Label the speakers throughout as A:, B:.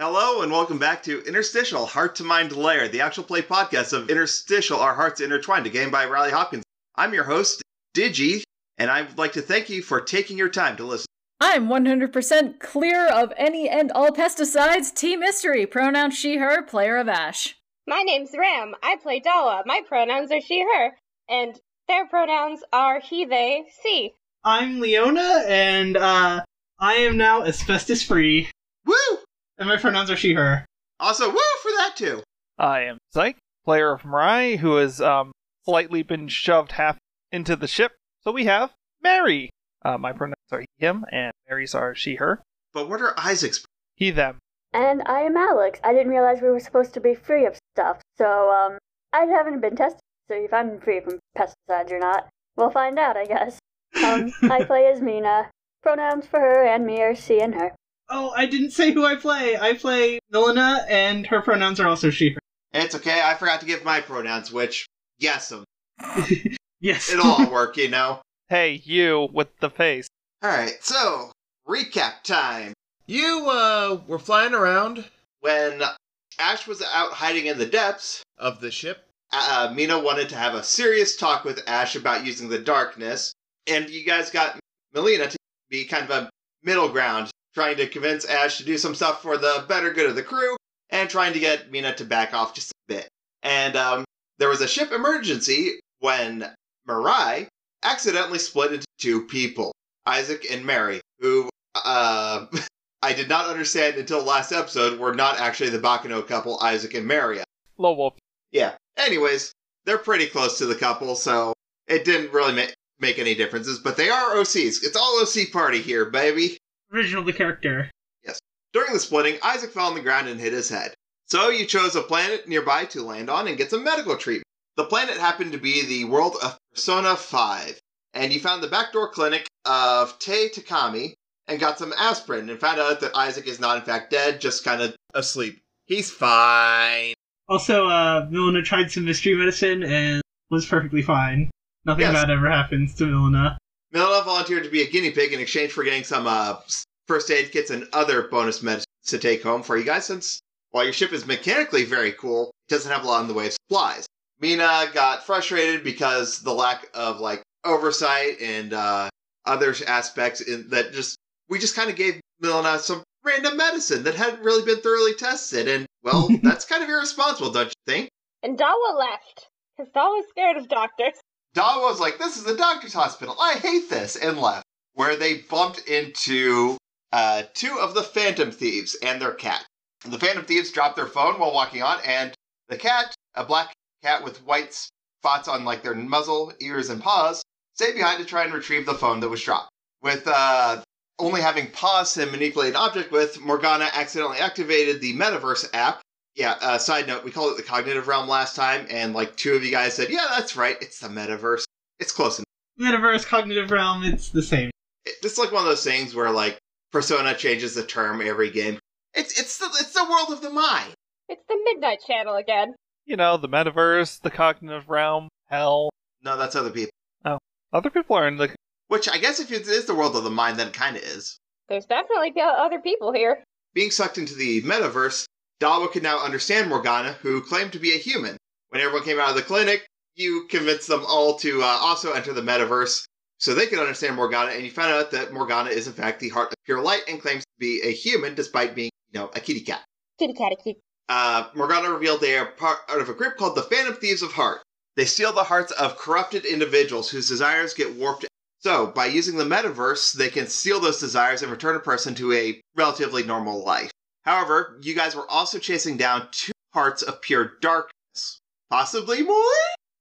A: Hello and welcome back to Interstitial Heart to Mind Layer, the actual play podcast of Interstitial Our Hearts Intertwined, a game by Riley Hopkins. I'm your host, Digi, and I would like to thank you for taking your time to listen.
B: I'm 100% clear of any and all pesticides. T mystery, pronoun she, her, player of Ash.
C: My name's Ram. I play Dawa. My pronouns are she, her, and their pronouns are he, they, she.
D: I'm Leona, and uh, I am now asbestos free,
A: Woo!
D: and my pronouns are she/her.
A: Also, woo for that too.
E: I am Psych, player of Mirai, who has um, slightly been shoved half into the ship. So we have Mary. Uh, my pronouns are he, him, and Mary's are she, her.
A: But what are Isaac's?
E: He, them.
F: And I am Alex. I didn't realize we were supposed to be free of stuff, so um, I haven't been tested. So if I'm free from pesticides or not, we'll find out, I guess. Um, I play as Mina. Pronouns for her and me are she and her.
D: Oh, I didn't say who I play. I play Milena, and her pronouns are also she/her.
A: It's okay, I forgot to give my pronouns, which, guess them.
D: Yes.
A: It'll all work, you know?
E: Hey, you with the face.
A: Alright, so, recap time.
G: You uh were flying around
A: When Ash was out hiding in the depths,
G: of the ship.
A: uh, Mina wanted to have a serious talk with Ash about using the darkness, and you guys got Melina to be kind of a middle ground, trying to convince Ash to do some stuff for the better good of the crew, and trying to get Mina to back off just a bit. And um, there was a ship emergency when Mirai accidentally split into two people, Isaac and Mary, who uh, I did not understand until last episode were not actually the Bakano couple, Isaac and Mary.
E: Low wolf.
A: Yeah. Anyways, they're pretty close to the couple, so it didn't really ma- make any differences, but they are OCs. It's all OC party here, baby.
D: Original the character.
A: During the splitting, Isaac fell on the ground and hit his head. So you chose a planet nearby to land on and get some medical treatment. The planet happened to be the world of Persona 5, and you found the backdoor clinic of Tei Takami and got some aspirin and found out that Isaac is not in fact dead, just kind of asleep.
G: He's fine.
D: Also, uh, Milena tried some mystery medicine and was perfectly fine. Nothing
A: Yes.
D: bad ever happens to Milena.
A: Milena volunteered to be a guinea pig in exchange for getting some uh, first aid kits and other bonus medicines to take home for you guys, since while your ship is mechanically very cool, it doesn't have a lot in the way of supplies. Mina got frustrated because the lack of like oversight and uh, other aspects in, that just we just kind of gave Milena some random medicine that hadn't really been thoroughly tested, and well, that's kind of irresponsible, don't you think?
C: And Dawa left, because Dawa's scared of doctors.
A: Dawa was like, this is the doctor's hospital. I hate this, and left. Where they bumped into uh, two of the Phantom Thieves and their cat. The Phantom Thieves dropped their phone while walking on, and the cat, a black cat with white spots on like their muzzle, ears, and paws, stayed behind to try and retrieve the phone that was dropped. With uh, only having paws to manipulate an object with, Morgana accidentally activated the Metaverse app. Yeah, uh, side note, we called it the cognitive realm last time, and like two of you guys said, yeah, that's right, it's the metaverse. It's close enough.
D: Metaverse, cognitive realm, it's the same.
A: It- It's like one of those things where like Persona changes the term every game. It's it's the it's the world of the mind.
C: It's the Midnight Channel again.
E: You know, the metaverse, the cognitive realm, hell.
A: No, that's other people.
E: Other people are in the.
A: Which I guess if it is the world of the mind, then it kind of is.
C: There's definitely pe- other people here.
A: Being sucked into the metaverse, Dawa could now understand Morgana, who claimed to be a human. When everyone came out of the clinic, you convinced them all to uh, also enter the metaverse so they could understand Morgana, and you found out that Morgana is in fact the heart of pure light and claims to be a human despite being, you know, a kitty cat.
C: Kitty catty kitty.
A: Uh, Morgana revealed they are part of a group called the Phantom Thieves of Heart. They steal the hearts of corrupted individuals whose desires get warped. So, by using the metaverse, they can steal those desires and return a person to a relatively normal life. However, you guys were also chasing down two hearts of pure darkness. Possibly more?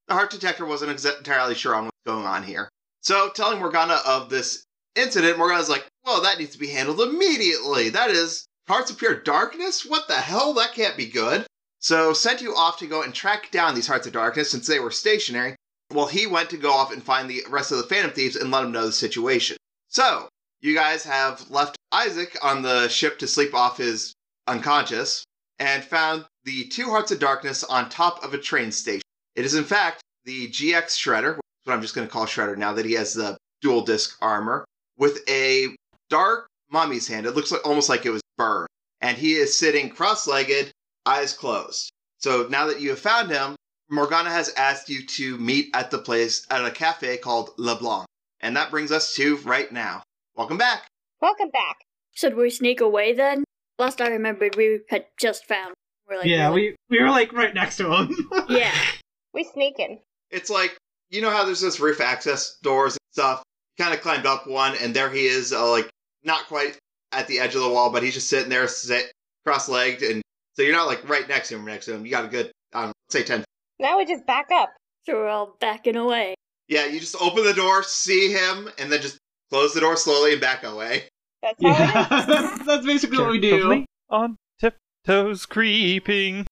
A: The heart detector wasn't ex- entirely sure on what's going on here. So, telling Morgana of this incident, Morgana's like, well, that needs to be handled immediately. That is Hearts of Pure Darkness? What the hell? That can't be good. So sent you off to go and track down these Hearts of Darkness since they were stationary. Well, he went to go off and find the rest of the Phantom Thieves and let them know the situation. So, you guys have left Isaac on the ship to sleep off his unconscious and found the two Hearts of Darkness on top of a train station. It is, in fact, the GX Shredder, which is what I'm just going to call Shredder now that he has the dual disc armor, with a dark mommy's hand. It looks like, almost like it was burned. and he is sitting cross legged, eyes closed. So now that you have found him, Morgana has asked you to meet at the place at a cafe called Le Blanc. And that brings us to right now. Welcome back.
C: Welcome back.
H: Should we sneak away then? Last I remembered, we had just found. We're like,
D: yeah, we we were like right next to him.
H: Yeah.
C: We sneaking.
A: It's like, you know how there's this roof access doors and stuff? Kind of climbed up one, and there he is, uh, like, not quite at the edge of the wall, but he's just sitting there sit, cross legged. And so you're not like right next to him, next to him. You got a good, I don't know, say 10
C: Now we just back up.
H: So we're all backing away.
A: Yeah, you just open the door, see him, and then just close the door slowly and back away.
C: That's how
D: yeah,
C: it is.
D: that's, that's basically what we do.
E: Carefully On tiptoes creeping,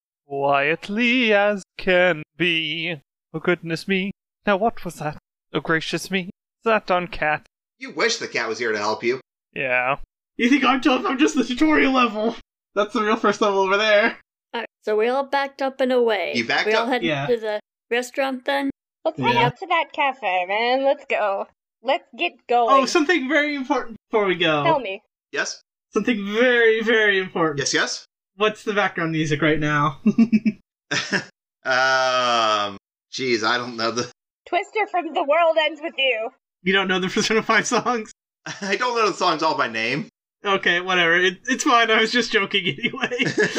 E: quietly as can be. Oh goodness me. Now what was that? Oh gracious me. Is that on cat?
A: You wish the cat was here to help you.
E: Yeah.
D: You think I'm tough? I'm just the tutorial level. That's the real first level over there.
H: All right, so we all backed up and away.
A: You backed
H: we all
A: up?
H: headed
D: Yeah.
H: to the restaurant then.
C: Let's head
D: Yeah.
C: out to that cafe, man. Let's go. Let's get going.
D: Oh, something very important before we go.
C: Tell me.
A: Yes?
D: Something very, very important.
A: Yes, yes?
D: What's the background music right now?
A: um, jeez, I don't know the,
C: Twister from The World Ends With You.
D: you don't know the Persona 5 songs?
A: I don't know the songs all by name.
D: Okay, whatever. It, it's fine. I was just joking anyway.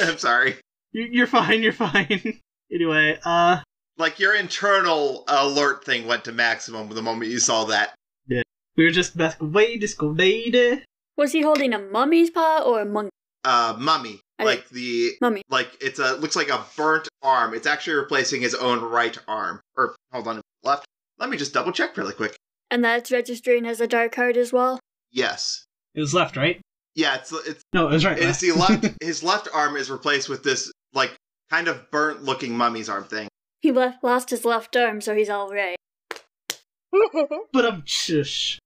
A: I'm sorry.
D: you, you're fine. You're fine. anyway, uh,
A: Like your internal alert thing went to maximum the moment you saw that.
D: we were just back away, disco lady.
H: Was he holding a mummy's paw or a monkey?
A: Uh, mummy,
H: I-
A: like the
H: Mummy.
A: like it's a looks like a burnt arm. It's actually replacing his own right arm. Or hold on, left. Let me just double check really quick.
H: And that's registering as a dark heart as well.
A: Yes,
D: It was left, right?
A: yeah, it's it's
D: No, it was right.
A: And it's
D: left.
A: the left his left arm is replaced with this like kind of burnt looking mummy's arm thing.
H: He left, lost his left arm, so he's all right.
D: but I'm shush.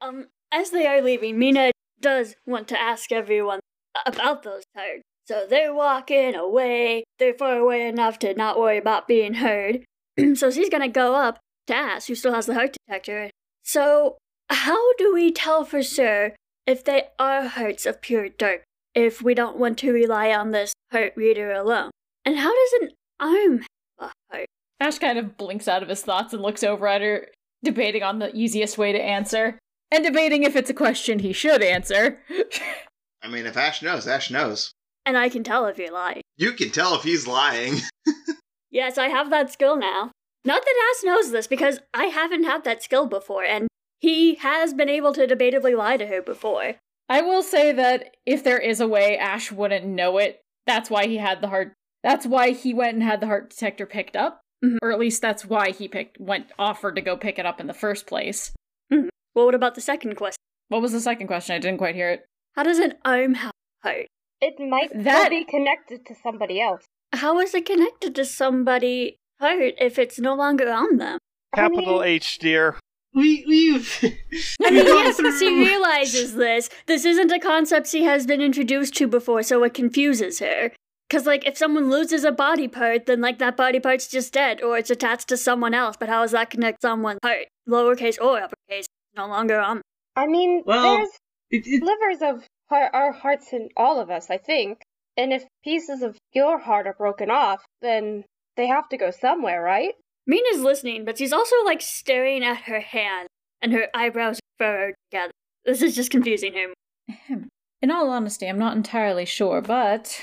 H: Um, as they are leaving, Mina does want to ask everyone about those hearts. So they're walking away. They're far away enough to not worry about being heard. so she's gonna go up to ask who still has the heart detector. So how do we tell for sure if they are hearts of pure dark? If we don't want to rely on this heart reader alone, and how does an arm have a heart?
B: Ash kind of blinks out of his thoughts and looks over at her, debating on the easiest way to answer, and debating if it's a question he should answer.
A: I mean, if Ash knows, Ash knows.
H: And I can tell if you're lying.
A: You can tell if he's lying.
H: Yes, I have that skill now. Not that Ass knows this because I haven't had that skill before, and he has been able to debatably lie to her before.
B: I will say that if there is a way Ash wouldn't know it, that's why he had the heart. That's why he went and had the heart detector picked up,
H: Mhm.
B: or at least that's why he picked went offered to go pick it up in the first place.
H: Well, what about the second question?
B: What was the second question? I didn't quite hear it.
H: How does an arm have a heart?
C: it might still
B: That-
C: be connected to somebody else.
H: How is it connected to somebody's heart if it's no longer on them?
E: Capital
C: I mean,
E: H dear.
D: We we've.
H: I mean,
D: we've gone
H: yes, she
D: through-
H: realizes this. This isn't a concept she has been introduced to before, so it confuses her. Because, like, if someone loses a body part, then, like, that body part's just dead, or it's attached to someone else, but how does that connect someone's heart? Lowercase or uppercase, no longer on.
C: I mean,
D: Well-
C: there's
D: It, it,
C: livers of our, our hearts in all of us, I think. And if pieces of your heart are broken off, then they have to go somewhere, right?
H: Mina's listening, but she's also, like, staring at her hand, and her eyebrows are furrowed together. This is just confusing her.
B: In all honesty, I'm not entirely sure, but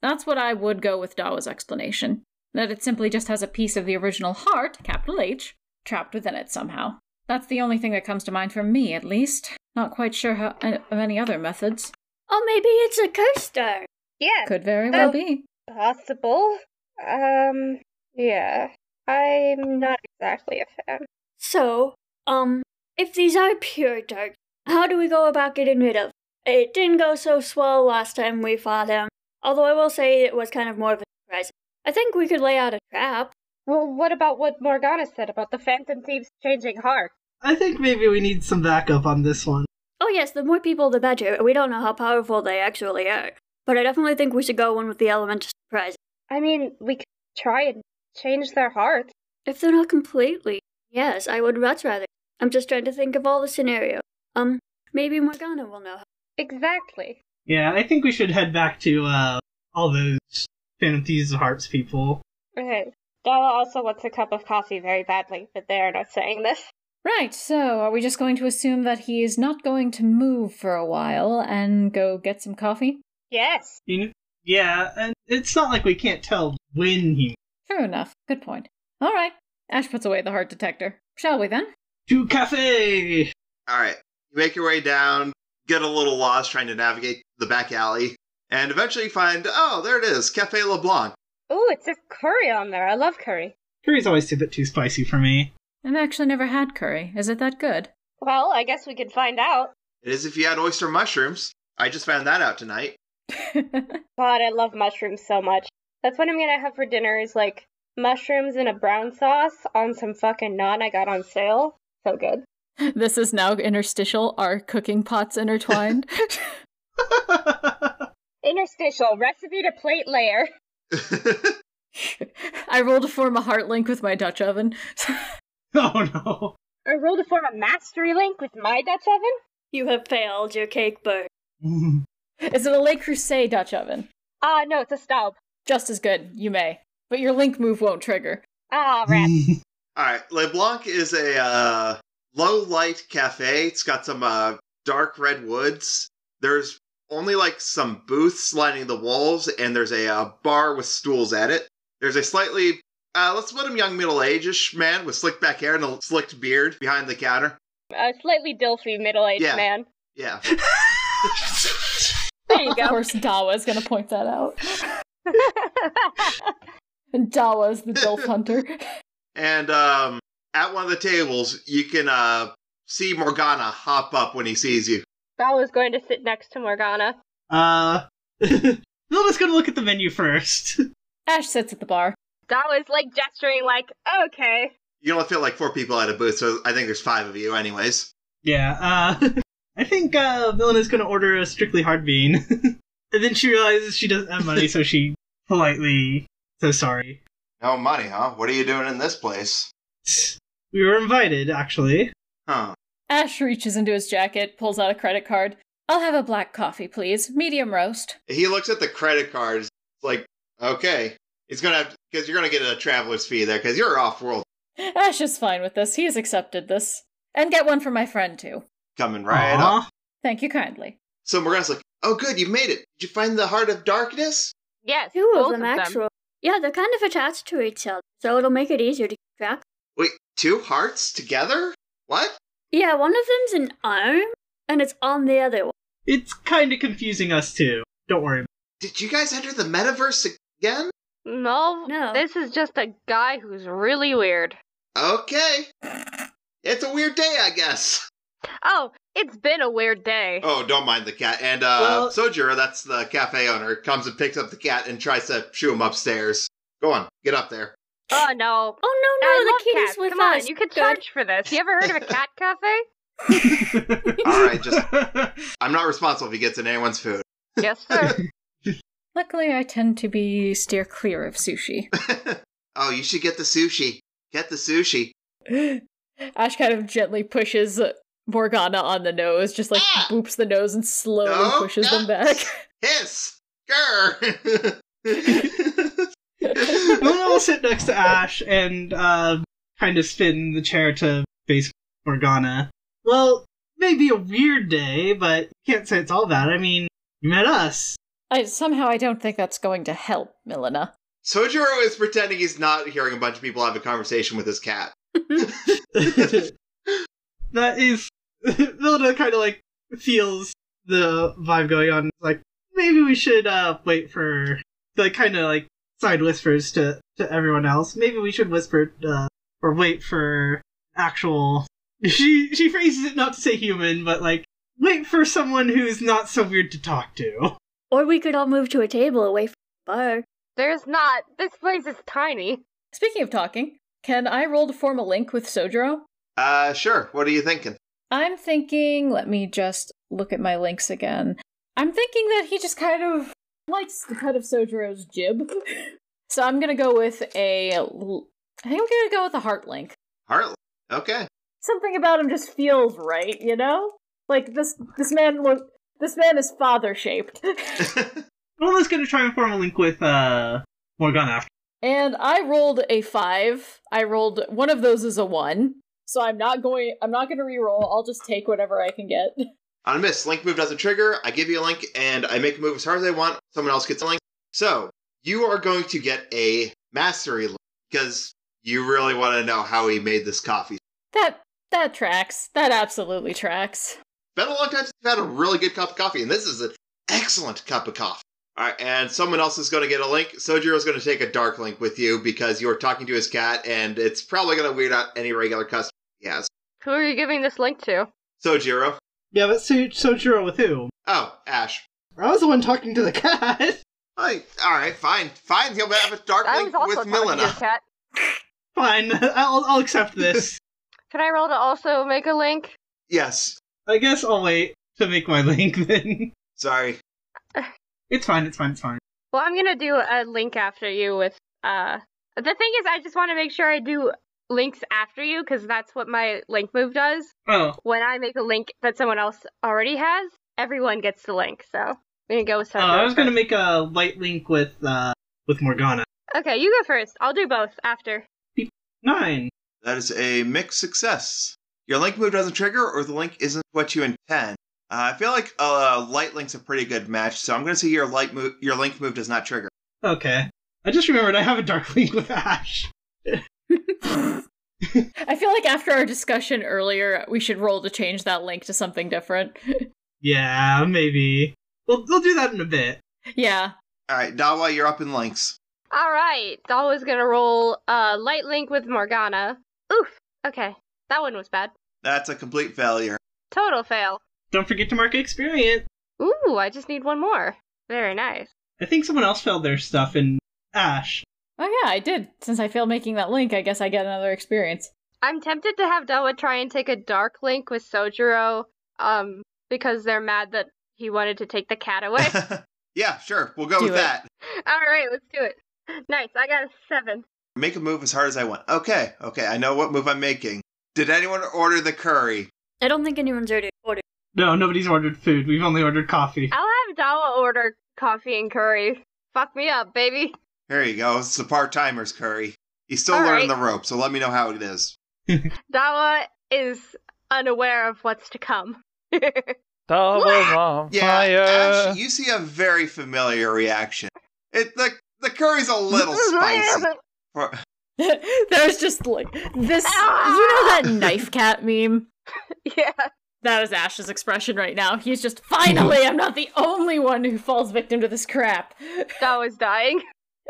B: that's what I would go with Dawa's explanation. That it simply just has a piece of the original heart, capital H, trapped within it somehow. That's the only thing that comes to mind for me, at least. Not quite sure how, uh, of any other methods.
H: Oh, maybe it's a cursed arm.
C: Yeah,
B: Could very well
C: Oh.
B: be.
C: possible. Um, yeah. I'm not exactly a fan.
H: So, um, if these are pure dark, how do we go about getting rid of? It didn't go so swell last time we fought him, although I will say it was kind of more of a surprise. I think we could lay out a trap.
C: Well, what about what Morgana said about the Phantom Thieves changing hearts?
D: I think maybe we need some backup on this one.
H: Oh yes, the more people the better. We don't know how powerful they actually are. But I definitely think we should go one with the element of surprise.
C: I mean, we could try and change their hearts.
H: If they're not completely, yes, I would much rather. I'm just trying to think of all the scenarios. Um, maybe Morgana will know.
C: Exactly.
D: Yeah, I think we should head back to uh, all those Phantom Thieves of Hearts people.
C: Okay. Della also wants a cup of coffee very badly, but they are not saying this.
B: Right, so are we just going to assume that he is not going to move for a while and go get some coffee?
C: Yes.
D: You know- yeah, and it's not like we can't tell when he.
B: True enough. Good point. All right. Ash puts away the heart detector. Shall we then?
D: To cafe!
A: All right. You make your way down, get a little lost trying to navigate the back alley, and eventually find, oh, there it is, Cafe LeBlanc.
C: Ooh, it says curry on there. I love curry.
D: Curry's always a bit too spicy for me.
B: I've actually never had curry. Is it that good?
C: Well, I guess we could find out.
A: It is if you had oyster mushrooms. I just found that out tonight.
C: God, I love mushrooms so much. That's what I'm gonna have for dinner is like mushrooms in a brown sauce on some fucking naan I got on sale. So good.
B: this is now interstitial. Are cooking pots intertwined?
C: Interstitial recipe to plate layer.
B: I rolled to form a heart link with my Dutch oven.
D: oh no.
C: I rolled to form a mastery link with my Dutch oven.
F: You have failed your cake bird.
B: is it a Le Creuset Dutch oven?
C: Ah, no, it's a stub.
B: Just as good. You may. But your link move won't trigger.
C: Ah,
B: Mm.
C: rat.
A: All right. LeBlanc is a uh, low light cafe. It's got some uh, dark red woods. There's only like some booths lining the walls, and there's a uh, bar with stools at it. There's a slightly, uh, let's put him young middle ageish man with slick back hair and a slicked beard behind the counter.
C: a slightly dilfy middle-aged
A: Yeah.
C: man.
A: Yeah.
C: There you
B: Of
C: go.
B: course, Dawa's gonna point that out. And Dawa's the Dilf Hunter.
A: And um, at one of the tables, you can uh, see Morgana hop up when he sees you.
C: Val is going to sit next to Morgana.
D: uh. Lila's gonna look at the menu first.
B: Ash sits at the bar.
C: Val is like gesturing, like, okay.
A: You only fit like four people at a booth, so I think there's five of you, anyways.
D: yeah, uh. I think uh, Milena's gonna order a strictly hard bean. and then she realizes she doesn't have money, so she politely. So sorry.
A: No money, huh? What are you doing in this place?
D: We were invited, actually.
A: Huh.
B: Ash reaches into his jacket, pulls out a credit card. I'll have a black coffee, please. Medium roast.
A: He looks at the credit cards, like, okay. He's gonna have, because you're gonna get a traveler's fee there, because you're off world
B: Ash is fine with this. He has accepted this. And get one for my friend, too.
A: coming right
D: Aw.
A: up.
B: Thank you kindly.
A: So Morgana's like, oh, good, you made it. Did you find the heart of darkness?
C: Yes,
F: Two
C: both
F: of them, actual. Yeah, they're kind of attached to each other, so it'll make it easier to keep track.
A: Wait, two hearts together? What?
F: Yeah, one of them's an arm, and it's on the other one.
D: It's kinda confusing us too. Don't worry.
A: Did you guys enter the metaverse again?
C: No,
F: No.
C: this is just a guy who's really weird.
A: Okay. It's a weird day, I guess.
C: Oh, it's been a weird day.
A: Oh, don't mind the cat. And uh,
D: Well-
A: Sojourner, that's the cafe owner, comes and picks up the cat and tries to shoo him upstairs. Go on, get up there.
C: Oh, no.
F: Oh no, no,
C: I
F: the
C: love
F: kitty's
C: cats.
F: with
C: Come
F: us.
C: on, you could
F: Good.
C: charge for this. You ever heard of a cat cafe?
A: All right, just I'm not responsible if he gets in anyone's food.
C: Yes, sir.
B: Luckily, I tend to be steer clear of sushi.
A: oh, you should get the sushi. Get the sushi.
B: Ash kind of gently pushes Morgana on the nose, just like
A: Ah!
B: boops the nose and slowly
A: No,
B: pushes
A: no.
B: them back.
A: Hiss. Grr.
D: Luna will sit next to Ash and uh, kind of spin the chair to face Morgana. Well, maybe a weird day, but you can't say it's all bad. I mean, you met us.
B: I, somehow, I don't think that's going to help, Milena.
A: Sojuro is pretending he's not hearing a bunch of people have a conversation with his cat.
D: that is. Luna kind of like feels the vibe going on. Like, maybe we should uh, wait for. Like, kind of like side whispers to, to everyone else. Maybe we should whisper uh, or wait for actual. She she phrases it not to say human, but like wait for someone who's not so weird to talk to.
F: Or we could all move to a table away from the bar.
C: There's not. This place is tiny.
B: Speaking of talking, can I roll to form a link with Sojuro?
A: Uh, sure. What are you thinking?
B: I'm thinking, let me just look at my links again. I'm thinking that he just kind of likes the cut of Sojuro's jib. so I'm gonna go with a. l- I think I'm gonna go with a heart link.
A: Heart. Okay.
B: Something about him just feels right, you know? Like this this man look This man is father shaped.
D: Norma's gonna try and form a link with uh Morgana after.
B: and I rolled a five. I rolled one of those is a one. So I'm not going I'm not gonna re-roll. I'll just take whatever I can get.
A: On a miss, link move doesn't trigger. I give you a link and I make a move as hard as I want. Someone else gets a link. So you are going to get a mastery link because you really want to know how he made this coffee.
B: That that tracks. That absolutely tracks.
A: Been a long time since I've had a really good cup of coffee, and this is an excellent cup of coffee. All right, and someone else is going to get a link. Sojiro's going to take a dark link with you because you are talking to his cat, and it's probably going to weird out any regular customer he has.
C: Who are you giving this link to?
A: Sojiro.
D: Yeah, but so so Jiro with who?
A: Oh, Ash.
D: I was the one talking to the cat.
A: Hey, all right, fine, fine. He'll have a dark
C: I was
A: link
C: also
A: with
C: talking to your
A: Milena.
C: cat.
D: Fine, I'll I'll accept this.
C: Can I roll to also make a link?
A: Yes,
D: I guess I'll wait to make my link then.
A: sorry.
D: It's fine, it's fine, it's fine.
C: Well, I'm gonna do a link after you with uh. The thing is, I just want to make sure I do links after you because that's what my link move does.
D: Oh,
C: When I make a link that someone else already has, everyone gets the link. So I'm gonna go with.
D: uh,
C: Sandra
D: I was gonna
C: first.
D: make a light link with uh with Morgana.
C: Okay, you go first. I'll do both after.
D: Nine.
A: That is a mixed success. Your link move doesn't trigger, or the link isn't what you intend. Uh, I feel like uh, light link's a pretty good match, so I'm going to say your light move, your link move does not trigger.
D: Okay. I just remembered I have a dark link with Ash.
B: I feel like after our discussion earlier, we should roll to change that link to something different.
D: Yeah, maybe. We'll we'll do that in a bit.
B: yeah.
A: All right, Dawa, you're up in links.
C: All right, Dalwa's gonna roll uh, light link with Morgana. Oof. Okay, that one was bad.
A: That's a complete failure.
C: Total fail.
D: Don't forget to mark experience.
C: Ooh, I just need one more. Very nice.
D: I think someone else failed their stuff in Ash.
B: Oh yeah, I did. Since I failed making that link, I guess I get another experience.
C: I'm tempted to have Dalwa try and take a dark link with Sojiro, um, because they're mad that he wanted to take the cat away.
A: yeah, sure, we'll go
B: Do
A: with
B: it.
A: that.
C: All right, let's do it. Nice. I got a seven.
A: Make a move as hard as I want. Okay, okay, I know what move I'm making. Did anyone order the curry?
F: I don't think anyone's already ordered.
D: No, nobody's ordered food. We've only ordered coffee.
C: I'll have Dalwa order coffee and curry. Fuck me up, baby.
A: Here you go. It's the part timer's curry. He's still
C: All
A: learning
C: right.
A: the rope, so let me know how it is.
C: Dawa is unaware of what's to come.
E: Dawa's on
A: Yeah,
E: fire.
A: Ash, you see a very familiar reaction. It the the curry's a little spicy. For-
B: There's just like this. You know that knife cat meme?
C: yeah.
B: That is Ash's expression right now. He's just, finally, I'm not the only one who falls victim to this crap.
C: Dawa's dying.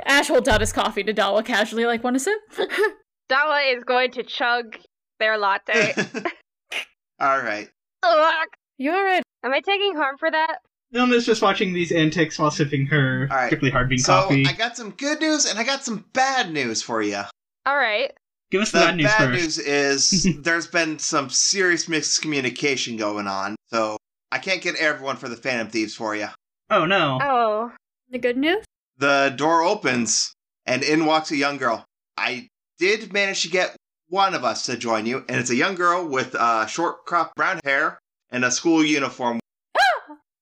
B: Ash holds out his coffee to Dawa casually, like, want a sip?
C: Dawa is going to chug their latte.
A: All right.
C: Ugh.
B: you alright?
C: Am I taking harm for that?
D: Ilna's just watching these antics while sipping her
A: All right.
D: strictly hard bean
A: So
D: coffee.
A: I got some good news and I got some bad news for you.
C: All right.
D: Give us
A: The
D: the bad news first.
A: news is there's been some serious miscommunication going on, so I can't get everyone for the Phantom Thieves for you.
D: Oh no.
C: Oh.
F: The good news?
A: The door opens and in walks a young girl. I did manage to get one of us to join you, and it's a young girl with uh, short crop brown hair and a school uniform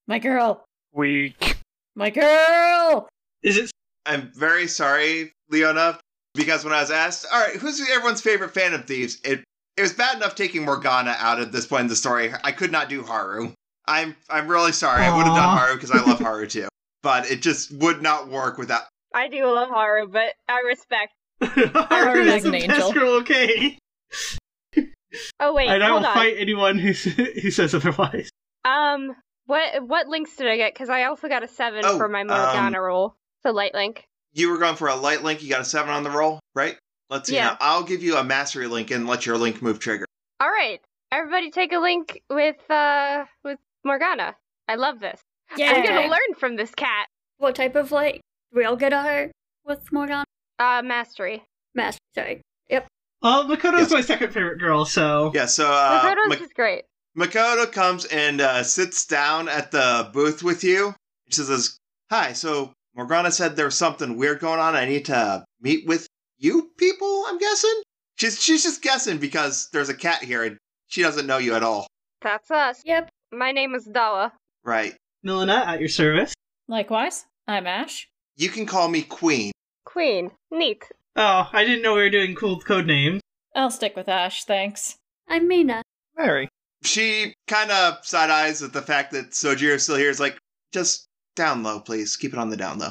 B: My girl.
E: Weak.
B: My girl!
D: Is it
A: I'm very sorry, Leona, because when I was asked, all right, who's everyone's favorite Phantom Thieves? It it was bad enough taking Morgana out at this point in the story. I could not do Haru. I'm I'm really sorry. I would have done
D: Aw.
A: Haru because I love Haru too, but it just would not work without.
C: I do love Haru, but I respect.
D: Haru
B: is
D: is
B: an
D: the
B: angel.
D: best girl, okay?
C: Oh wait,
D: and I will
C: hold on.
D: fight anyone who s- who says otherwise.
C: Um, what what links did I get? Because I also got a seven
A: Oh,
C: for my
A: um,
C: Morgana roll. So light link.
A: You were going for a light link. You got a seven on the roll, right? Let's see.
C: Yeah.
A: Now. I'll give you a mastery link and let your link move trigger.
C: All right, everybody, take a link with uh with Morgana. I love this.
F: Yeah.
C: I'm gonna learn from this cat.
F: What type of light? We all get a heart with Morgan
C: Uh, mastery.
F: Master. Sorry.
D: Well, Makoto's
A: Yes.
D: Uh, my second favorite girl, so
A: Yeah. So uh,
C: Makoto's
A: Ma-
C: just great.
A: Makoto comes and uh, sits down at the booth with you. She says, Hi, so Morgana said there was something weird going on. I need to meet with you people, I'm guessing? She's, she's just guessing because there's a cat here and she doesn't know you at all.
C: That's us.
F: Yep.
C: My name is Dawa.
A: Right.
D: Milena, at your service.
B: Likewise, I'm Ash.
A: You can call me Queen.
C: Queen. Neat.
D: Oh, I didn't know we were doing cool code names.
B: I'll stick with Ash, thanks.
H: I'm
F: uh,
H: Mina.
E: Mary.
A: She kind of side eyes at the fact that Sojiro's still here. Is like, just down low, please. Keep it on the down low.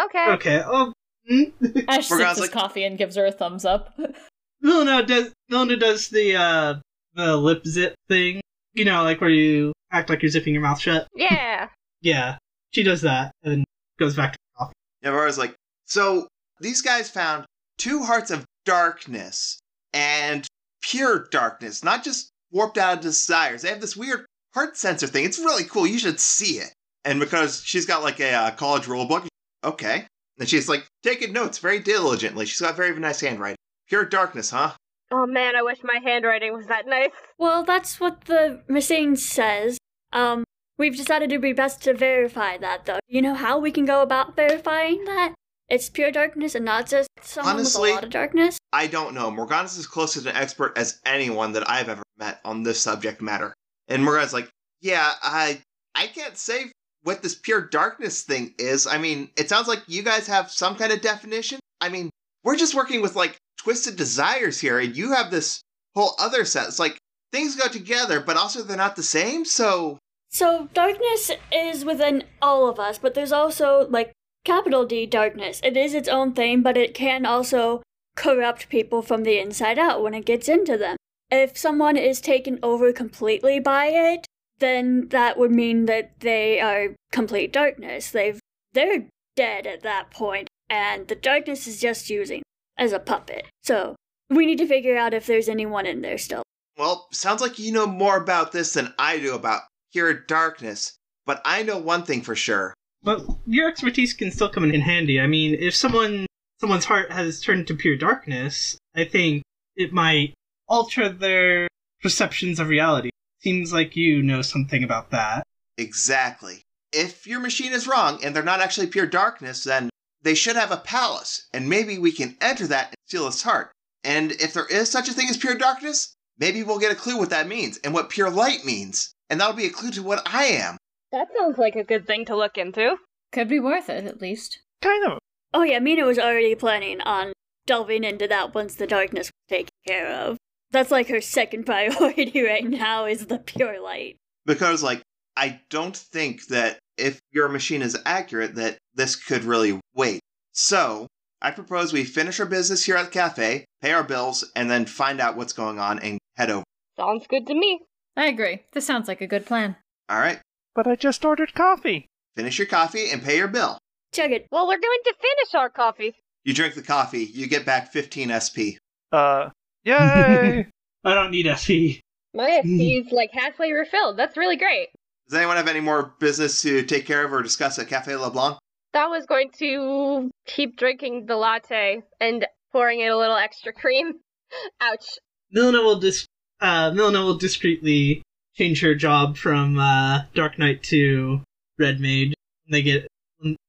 C: Okay.
D: Okay. Oh, mm.
B: Ash sips
A: Morgana's
B: his
A: like-
B: coffee and gives her a thumbs up.
D: Milena does Milena does the uh the lip zip thing. You know, like where you act like you're zipping your mouth shut.
C: Yeah.
D: Yeah, she does that and then goes back to her coffee.
A: Navarro's like, so these guys found two hearts of darkness and pure darkness, not just warped out of desires. They have this weird heart sensor thing. It's really cool. You should see it. And because she's got like a uh, college rule book, okay. And she's like taking notes very diligently. She's got very nice handwriting. Pure darkness, huh?
C: Oh man, I wish my handwriting was that nice.
H: Well, that's what the machine says. Um, we've decided it'd be best to verify that, though. You know how we can go about verifying that? It's pure darkness and not just someone
A: Honestly-
H: with a lot of darkness.
A: I don't know. Morgana's as close to an expert as anyone that I've ever met on this subject matter. And Morgana's like, yeah, I I can't say what this pure darkness thing is. I mean, it sounds like you guys have some kind of definition. I mean, we're just working with like twisted desires here, and you have this whole other set. It's like things go together, but also they're not the same. So
H: So darkness is within all of us, but there's also like capital D darkness. It is its own thing, but it can also corrupt people from the inside out when it gets into them. If someone is taken over completely by it, then that would mean that they are complete darkness. They've they're dead at that point, and the darkness is just using as a puppet. So we need to figure out if there's anyone in there still.
A: Well, sounds like you know more about this than I do about pure darkness, but I know one thing for sure.
D: But your expertise can still come in handy. I mean, if someone someone's heart has turned to pure darkness, I think it might alter their perceptions of reality. Seems like you know something about that.
A: Exactly. If your machine is wrong and they're not actually pure darkness, then they should have a palace, and maybe we can enter that and steal its heart. And if there is such a thing as pure darkness, maybe we'll get a clue what that means and what pure light means, and that'll be a clue to what I am.
C: That sounds like a good thing to look into.
B: Could be worth it, at least.
E: Kind of.
H: Oh yeah, Mina was already planning on delving into that once the darkness was taken care of. That's like her second priority right now is the pure light.
A: Because, like, I don't think that if your machine is accurate, that this could really wait. So, I propose we finish our business here at the cafe, pay our bills, and then find out what's going on and head over.
C: Sounds good to me.
B: I agree. This sounds like a good plan.
A: All right,
E: But I just ordered coffee.
A: finish your coffee and pay your bill.
H: Chug it.
C: Well, we're going to finish our coffee.
A: You drink the coffee, you get back 15 SP.
E: Uh, yay!
D: I don't need SE.
C: My SD's like halfway refilled. That's really great.
A: Does anyone have any more business to take care of or discuss at Cafe LeBlanc?
C: That was going to keep drinking the latte and pouring in a little extra cream. Ouch.
D: Milena will dis- uh, Milena will discreetly change her job from uh, Dark Knight to Red Maid. When they get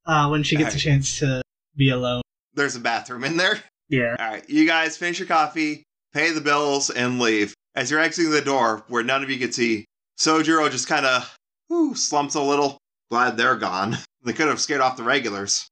D: uh, when she gets a
A: Alright.
D: chance to be alone.
A: There's a bathroom in there.
D: Yeah.
A: All right, you guys finish your coffee, pay the bills, and leave. As you're exiting the door, where none of you can see, Sojiro just kind of slumps a little. Glad they're gone. They could have scared off the regulars.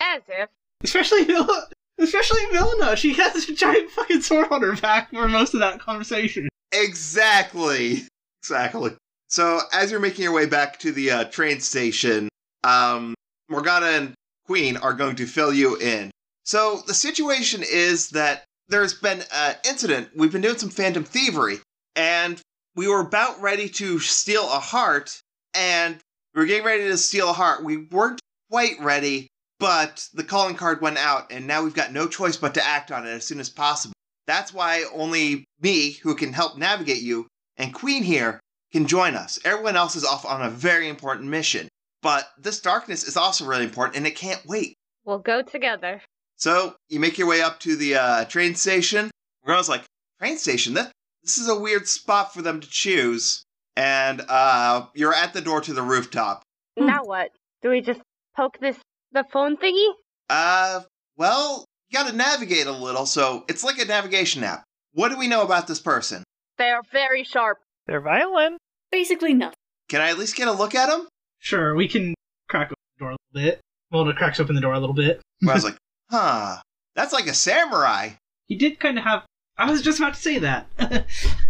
C: As if.
D: Especially Mil- especially Milena. She has a giant fucking sword on her back for most of that conversation.
A: Exactly. Exactly. So as you're making your way back to the uh, train station, um, Morgana and Queen are going to fill you in. So the situation is that there's been an incident. We've been doing some phantom thievery, and we were about ready to steal a heart, and we were getting ready to steal a heart. We weren't quite ready, but the calling card went out, and now we've got no choice but to act on it as soon as possible. That's why only me, who can help navigate you, and Queen here can join us. Everyone else is off on a very important mission. But this darkness is also really important and it can't wait.
C: We'll go together.
A: So you make your way up to the uh, train station. Morgana's like, train station? That, this is a weird spot for them to choose. And uh, you're at the door to the rooftop.
B: Hmm.
C: Now what? Do we just poke this the phone thingy?
A: Uh, well, you gotta navigate a little, so it's like a navigation app. What do we know about this person?
C: They are very sharp.
E: They're violent.
H: Basically nothing.
A: Can I at least get a look at him?
D: Sure, we can crack open the door a little bit. Mona cracks open the door a little bit.
A: Where I was like, huh, that's like a samurai.
D: He did kind of have. I was just about to say that.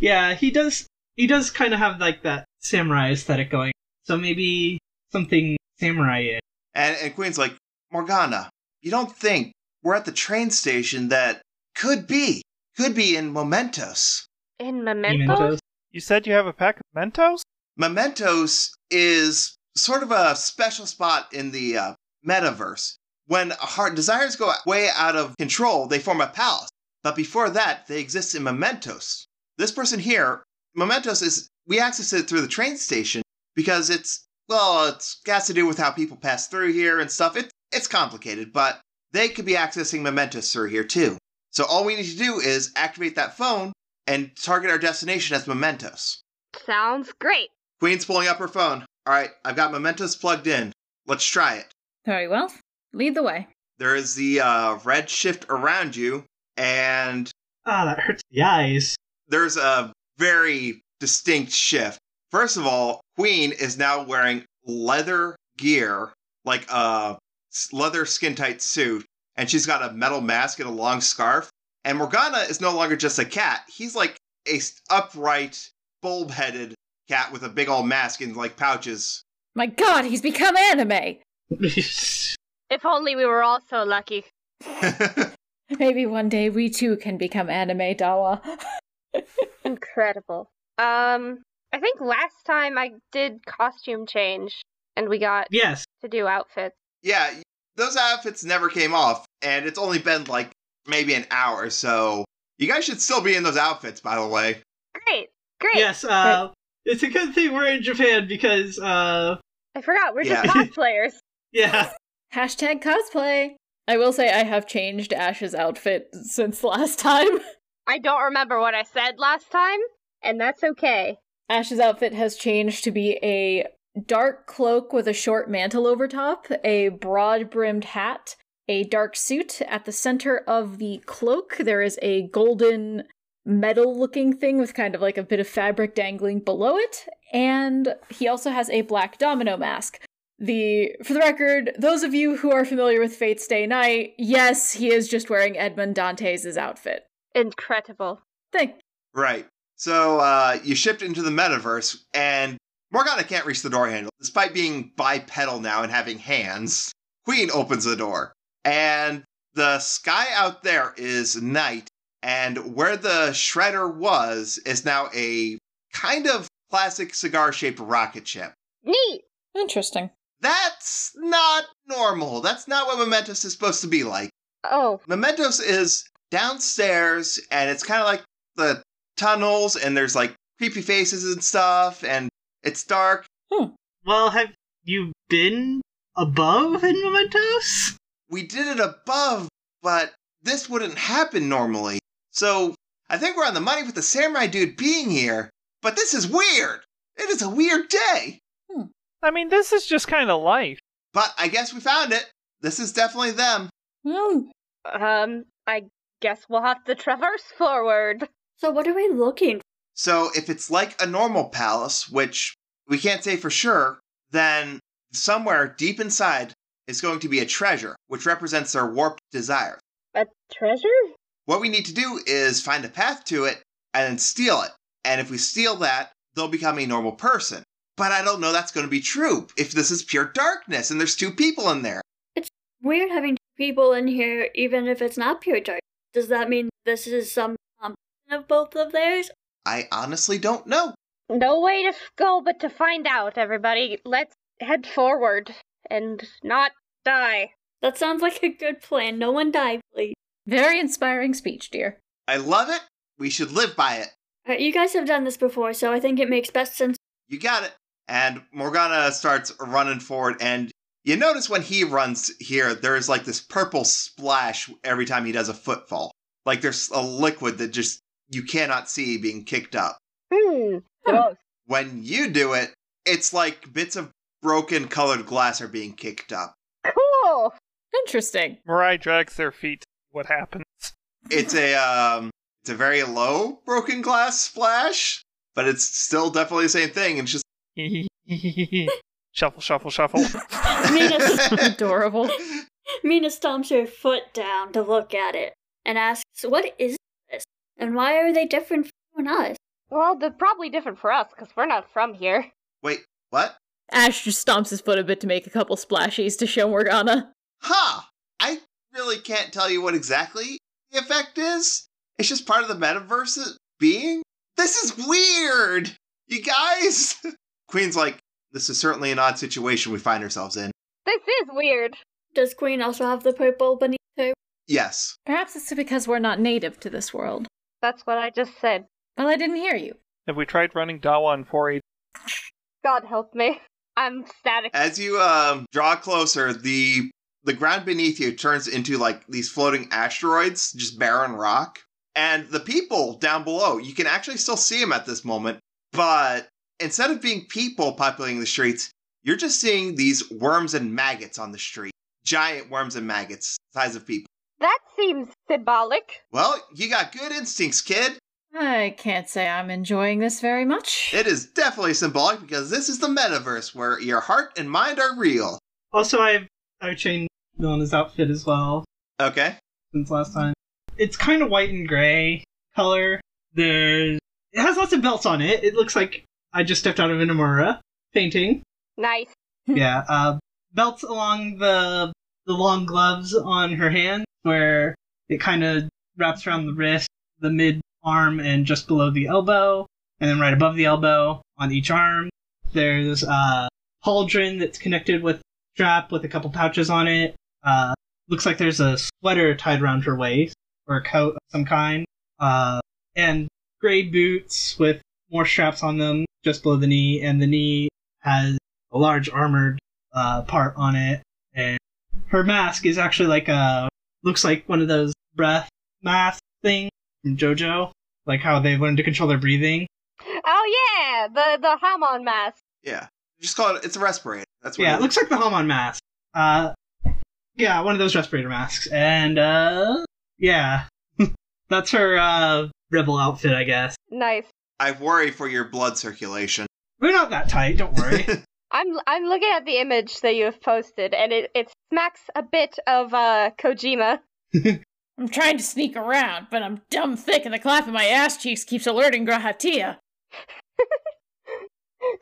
D: yeah, he does. He does kind of have like that samurai aesthetic going. So maybe something samurai.
A: And, and Queen's like, Morgana, you don't think we're at the train station that could be, could be in Mementos.
C: In Memento?
E: You said you have a pack of Mentos?
A: Mementos is sort of a special spot in the uh, metaverse. When heart desires go way out of control, they form a palace. But before that, they exist in Mementos. This person here, Mementos is we access it through the train station because it's well, it's has to do with how people pass through here and stuff. It, it's complicated, but they could be accessing Mementos through here too. So all we need to do is activate that phone and target our destination as Mementos.
C: Sounds great.
A: Queen's pulling up her phone. All right, I've got Mementos plugged in. Let's try it.
B: Very well. Lead the way.
A: There is the uh, red shift around you, and
D: Ah, that hurts the eyes.
A: there's a very distinct shift. First of all, Queen is now wearing leather gear, like a s- leather skin tight suit, and she's got a metal mask and a long scarf. And Morgana is no longer just a cat. He's like a s- upright, bulb headed cat with a big old mask and like pouches.
B: My god, he's become anime!
C: If only we were all so lucky.
B: Maybe one day we too can become anime, Dawa.
C: Incredible. Um, I think last time I did costume change and we got
D: yes.
C: to do outfits.
A: yeah, those outfits never came off, and it's only been like maybe an hour, so you guys should still be in those outfits, by the way.
C: Great, great.
D: Yes. Uh, it's a good thing we're in Japan because, uh,
C: I forgot we're just
A: Yeah.
C: cosplayers.
D: yeah.
B: Hashtag cosplay! I will say I have changed Ash's outfit since last time.
C: I don't remember what I said last time, and that's okay.
B: Ash's outfit has changed to be a dark cloak with a short mantle over top, a broad brimmed hat, a dark suit. At the center of the cloak, there is a golden metal looking thing with kind of like a bit of fabric dangling below it. And he also has a black domino mask. The for the record, those of you who are familiar with Fate's Day Night, yes, he is just wearing Edmond Dantes' outfit.
C: Incredible.
B: Thank
A: Right. So uh, you shipped into the metaverse, and Morgana can't reach the door handle, despite being bipedal now and having hands. Queen opens the door, and the sky out there is night, and where the shredder was is now a kind of classic cigar shaped rocket ship.
C: Neat.
B: Interesting.
A: That's not normal. That's not what Mementos is supposed to be like.
C: Oh,
A: Mementos is downstairs, and it's kind of like the tunnels, and there's like creepy faces and stuff, and it's dark.
D: Well, have you been above in Mementos?
A: We did it above, but this wouldn't happen normally. So I think we're on the money with the samurai dude being here, but this is weird. It is a weird day.
E: I mean, this is just kind of life.
A: But I guess we found it. This is definitely them.
B: Hmm.
C: um, I guess we'll have to traverse forward.
F: So what are we looking
A: So if it's like a normal palace, which we can't say for sure, then somewhere deep inside is going to be a treasure, which represents their warped desire.
C: A treasure?
A: What we need to do is find a path to it and then steal it. And if we steal that, they'll become a normal person. But I don't know that's going to be true if this is pure darkness and there's two people in there.
F: Weird having people in here, even if it's not pure dark. Does that mean this is some combination of both of theirs?
A: I honestly don't know.
C: No way to go but to find out, everybody. Let's head forward and not die.
F: That sounds like a good plan. No one die, please.
B: Very inspiring speech, dear.
A: I love it. We should live by it.
F: Alright, Uh, you guys have done this before, so I think it makes best sense.
A: You got it. And Morgana starts running forward, and you notice when he runs here, there's like this purple splash every time he does a footfall. Like there's a liquid that just you cannot see being kicked up.
B: Hmm.
C: Hmm. Gross.
A: When you do it, it's like bits of broken colored glass are being kicked up.
C: Cool.
B: Interesting.
E: Marai drags their feet. What happens?
A: It's a um it's a very low broken glass splash, but it's still definitely the same thing. And it's just
E: shuffle, shuffle, shuffle.
F: Mina,
B: Adorable.
F: Mina stomps her foot down to look at it and asks, What is this? And why are they different from us?
C: Well, they're probably different for us because we're not from here.
A: Wait, what?
B: Ash just stomps his foot a bit to make a couple splashies to show Morgana.
A: Huh. I really can't tell you what exactly the effect is. It's just part of the metaverse being. This is weird. You guys. Queen's like, this is certainly an odd situation we find ourselves in.
C: This is weird.
F: Does Queen also have the purple beneath her?
A: Yes.
B: Perhaps it's because we're not native to this world.
C: That's what I just said.
B: Well, I didn't hear you.
E: Have we tried running Dawa and 4
C: God help me. I'm static.
A: As you um, draw closer, the the ground beneath you turns into like these floating asteroids, just barren rock. And the people down below, you can actually still see them at this moment, but instead of being people populating the streets, you're just seeing these worms and maggots on the street. Giant worms and maggots, size of people.
C: That seems symbolic.
A: Well, you got good instincts, kid.
B: I can't say I'm enjoying this very much.
A: It is definitely symbolic because this is the metaverse where your heart and mind are real.
D: Also, I've I've changed Milena's outfit as well
A: Okay.
D: since last time. It's kind of white and gray color. There's it has lots of belts on it. It looks like I just stepped out of an Amura painting.
C: Nice.
D: yeah, uh, belts along the the long gloves on her hand, where it kind of wraps around the wrist, the mid arm, and just below the elbow, and then right above the elbow on each arm. There's a pauldron that's connected with strap with a couple pouches on it. Uh, looks like there's a sweater tied around her waist or a coat of some kind, uh, and gray boots with more straps on them just below the knee, and the knee has a large armored uh, part on it, and her mask is actually like a looks like one of those breath mask thing from JoJo, like how they learn to control their breathing.
C: Oh yeah, the the Hamon mask.
A: Yeah. Just call it, it's a respirator. That's what
D: Yeah,
A: it
D: it looks like the Hamon mask. Uh, yeah, one of those respirator masks, and uh, yeah, that's her uh rebel outfit, I guess.
C: Nice.
A: I worry for your blood circulation.
D: We're not that tight, don't worry.
C: I'm I'm looking at the image that you have posted, and it, it smacks a bit of uh, Kojima.
B: I'm trying to sneak around, but I'm dumb thick and the clap of my ass cheeks keeps alerting Grahatia.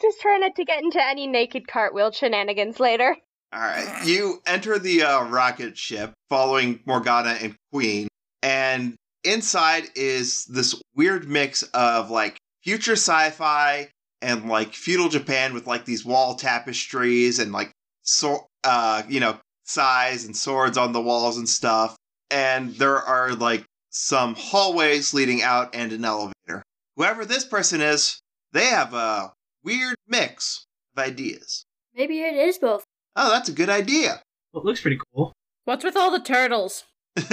C: Just trying not to get into any naked cartwheel shenanigans later.
A: All right. You enter the uh, rocket ship following Morgana and Queen, and inside is this weird mix of like future sci fi and like feudal Japan with like these wall tapestries and like, so, uh, you know, size and swords on the walls and stuff. And there are like some hallways leading out and an elevator. Whoever this person is, they have a weird mix of ideas.
F: Maybe it is both.
A: Oh, that's a good idea.
D: well, it looks pretty cool.
B: What's with all the turtles?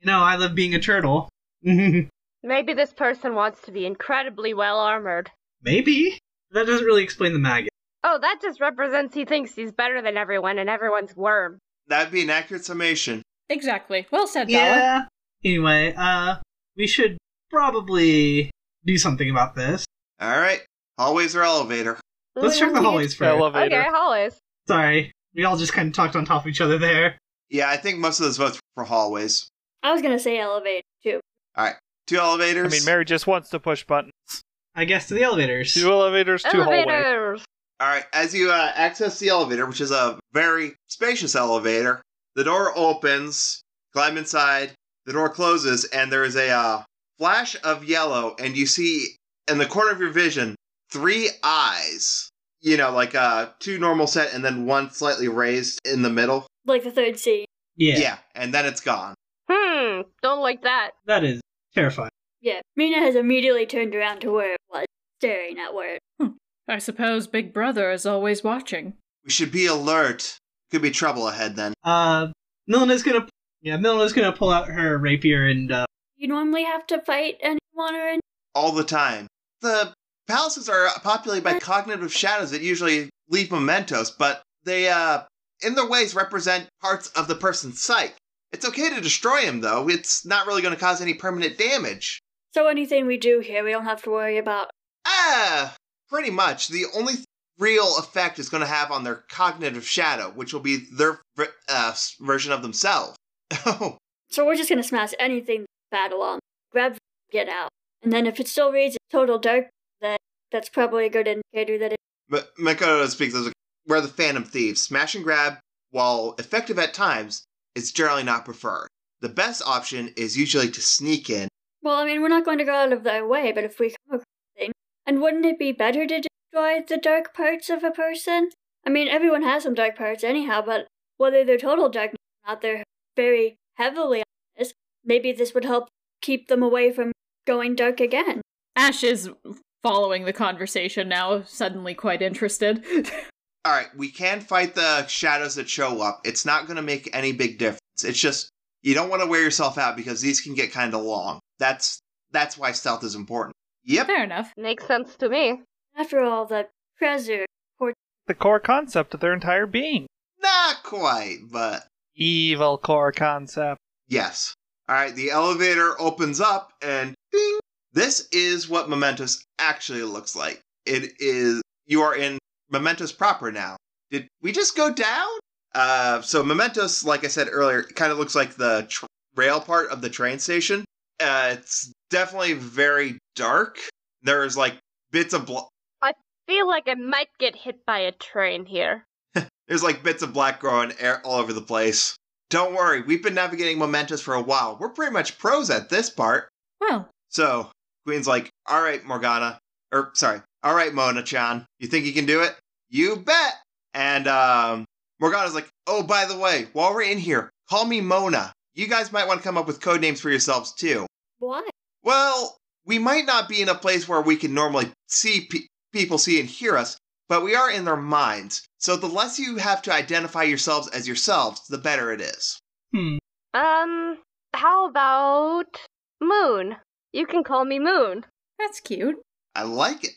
D: You know, I love being a turtle.
C: Maybe this person wants to be incredibly well armored.
D: Maybe that doesn't really explain the maggot.
C: Oh, that just represents he thinks he's better than everyone, and everyone's worm.
A: That'd be an accurate summation.
B: Exactly. Well said, Dala.
D: Yeah. Anyway, uh, we should probably do something about this.
A: All right. Hallways or elevator?
D: Let's check the hallways first.
E: elevator?
C: Okay, hallways.
D: Sorry, we all just kind of talked on top of each other there.
A: Yeah, I think most of those votes were for hallways.
F: I was gonna say elevator too.
A: Two
E: I
A: elevators.
E: mean, Mary just wants to push buttons.
D: I guess to the elevators.
E: Two elevators, two hallways.
C: Elevators.
A: All right. As you uh, access the elevator, which is a very spacious elevator, the door opens. Climb inside. The door closes, and there is a uh, flash of yellow, and you see in the corner of your vision three eyes. You know, like uh, two normal set, and then one slightly raised in the middle.
F: Like the third scene.
D: Yeah,
A: yeah and then it's gone.
C: Hmm, don't like that.
D: that is terrifying.
F: Yeah. Mina has immediately turned around to where it was, staring at where it
B: I suppose Big Brother is always watching.
A: We should be alert. Could be trouble ahead then.
D: Uh, Milena's gonna, yeah, Milena's gonna pull out her rapier and uh,
F: you normally have to fight anyone or anything.
A: All the time. The palaces are populated by cognitive shadows that usually leave mementos, but they, uh, in their ways represent parts of the person's psyche. It's okay to destroy him, though. It's not really going to cause any permanent damage.
F: So anything we do here, we don't have to worry about.
A: Ah, pretty much. The only real effect it's going to have on their cognitive shadow, which will be their ver- uh, s- version of themselves. Oh,
F: So we're just gonna smash anything battle on. Grab, get out, and then if it still reads total dark, then that's probably a good indicator that it.
A: but Makoto speaks as a, we're the Phantom Thieves. Smash and grab, while effective at times, is generally not preferred. The best option is usually to sneak in.
F: Well, I mean, we're not going to go out of their way, but if we come across thing, and wouldn't it be better to destroy the dark parts of a person? I mean, everyone has some dark parts anyhow, but whether they're total darkness or not, they're very heavily on this. Maybe this would help keep them away from going dark again.
B: Ash is following the conversation now, suddenly quite interested.
A: All right, we can fight the shadows that show up. It's not going to make any big difference. It's just you don't want to wear yourself out because these can get kind of long. That's that's why stealth is important. Yep.
B: Fair enough.
C: Makes sense to me.
F: After all, the treasure.
E: The core concept of their entire being.
A: Not quite, but
E: Evil core concept.
A: yes. All right, the elevator opens up and ding. This is what Mementos actually looks like. It is you are in Mementos proper now. Did we just go down? Uh, so Mementos, like I said earlier, kind of looks like the tr- rail part of the train station. Uh, it's definitely very dark. There's like bits of bl-
C: Feel like I might get hit by a train here.
A: There's like bits of black growing air all over the place. Don't worry, we've been navigating Mementos for a while. We're pretty much pros at this part.
B: Well,
A: So, Queen's like, all right, Morgana. Or, sorry, all right, Mona chan. You think you can do it? You bet! And, um, Morgana's like, oh, by the way, while we're in here, call me Mona. You guys might want to come up with code names for yourselves, too.
F: Why?
A: Well, we might not be in a place where we can normally see pe- people see and hear us, but we are in their minds. So the less you have to identify yourselves as yourselves, the better it is.
D: Hmm.
C: Um, how about Moon? You can call me Moon.
B: that's cute.
A: I like it.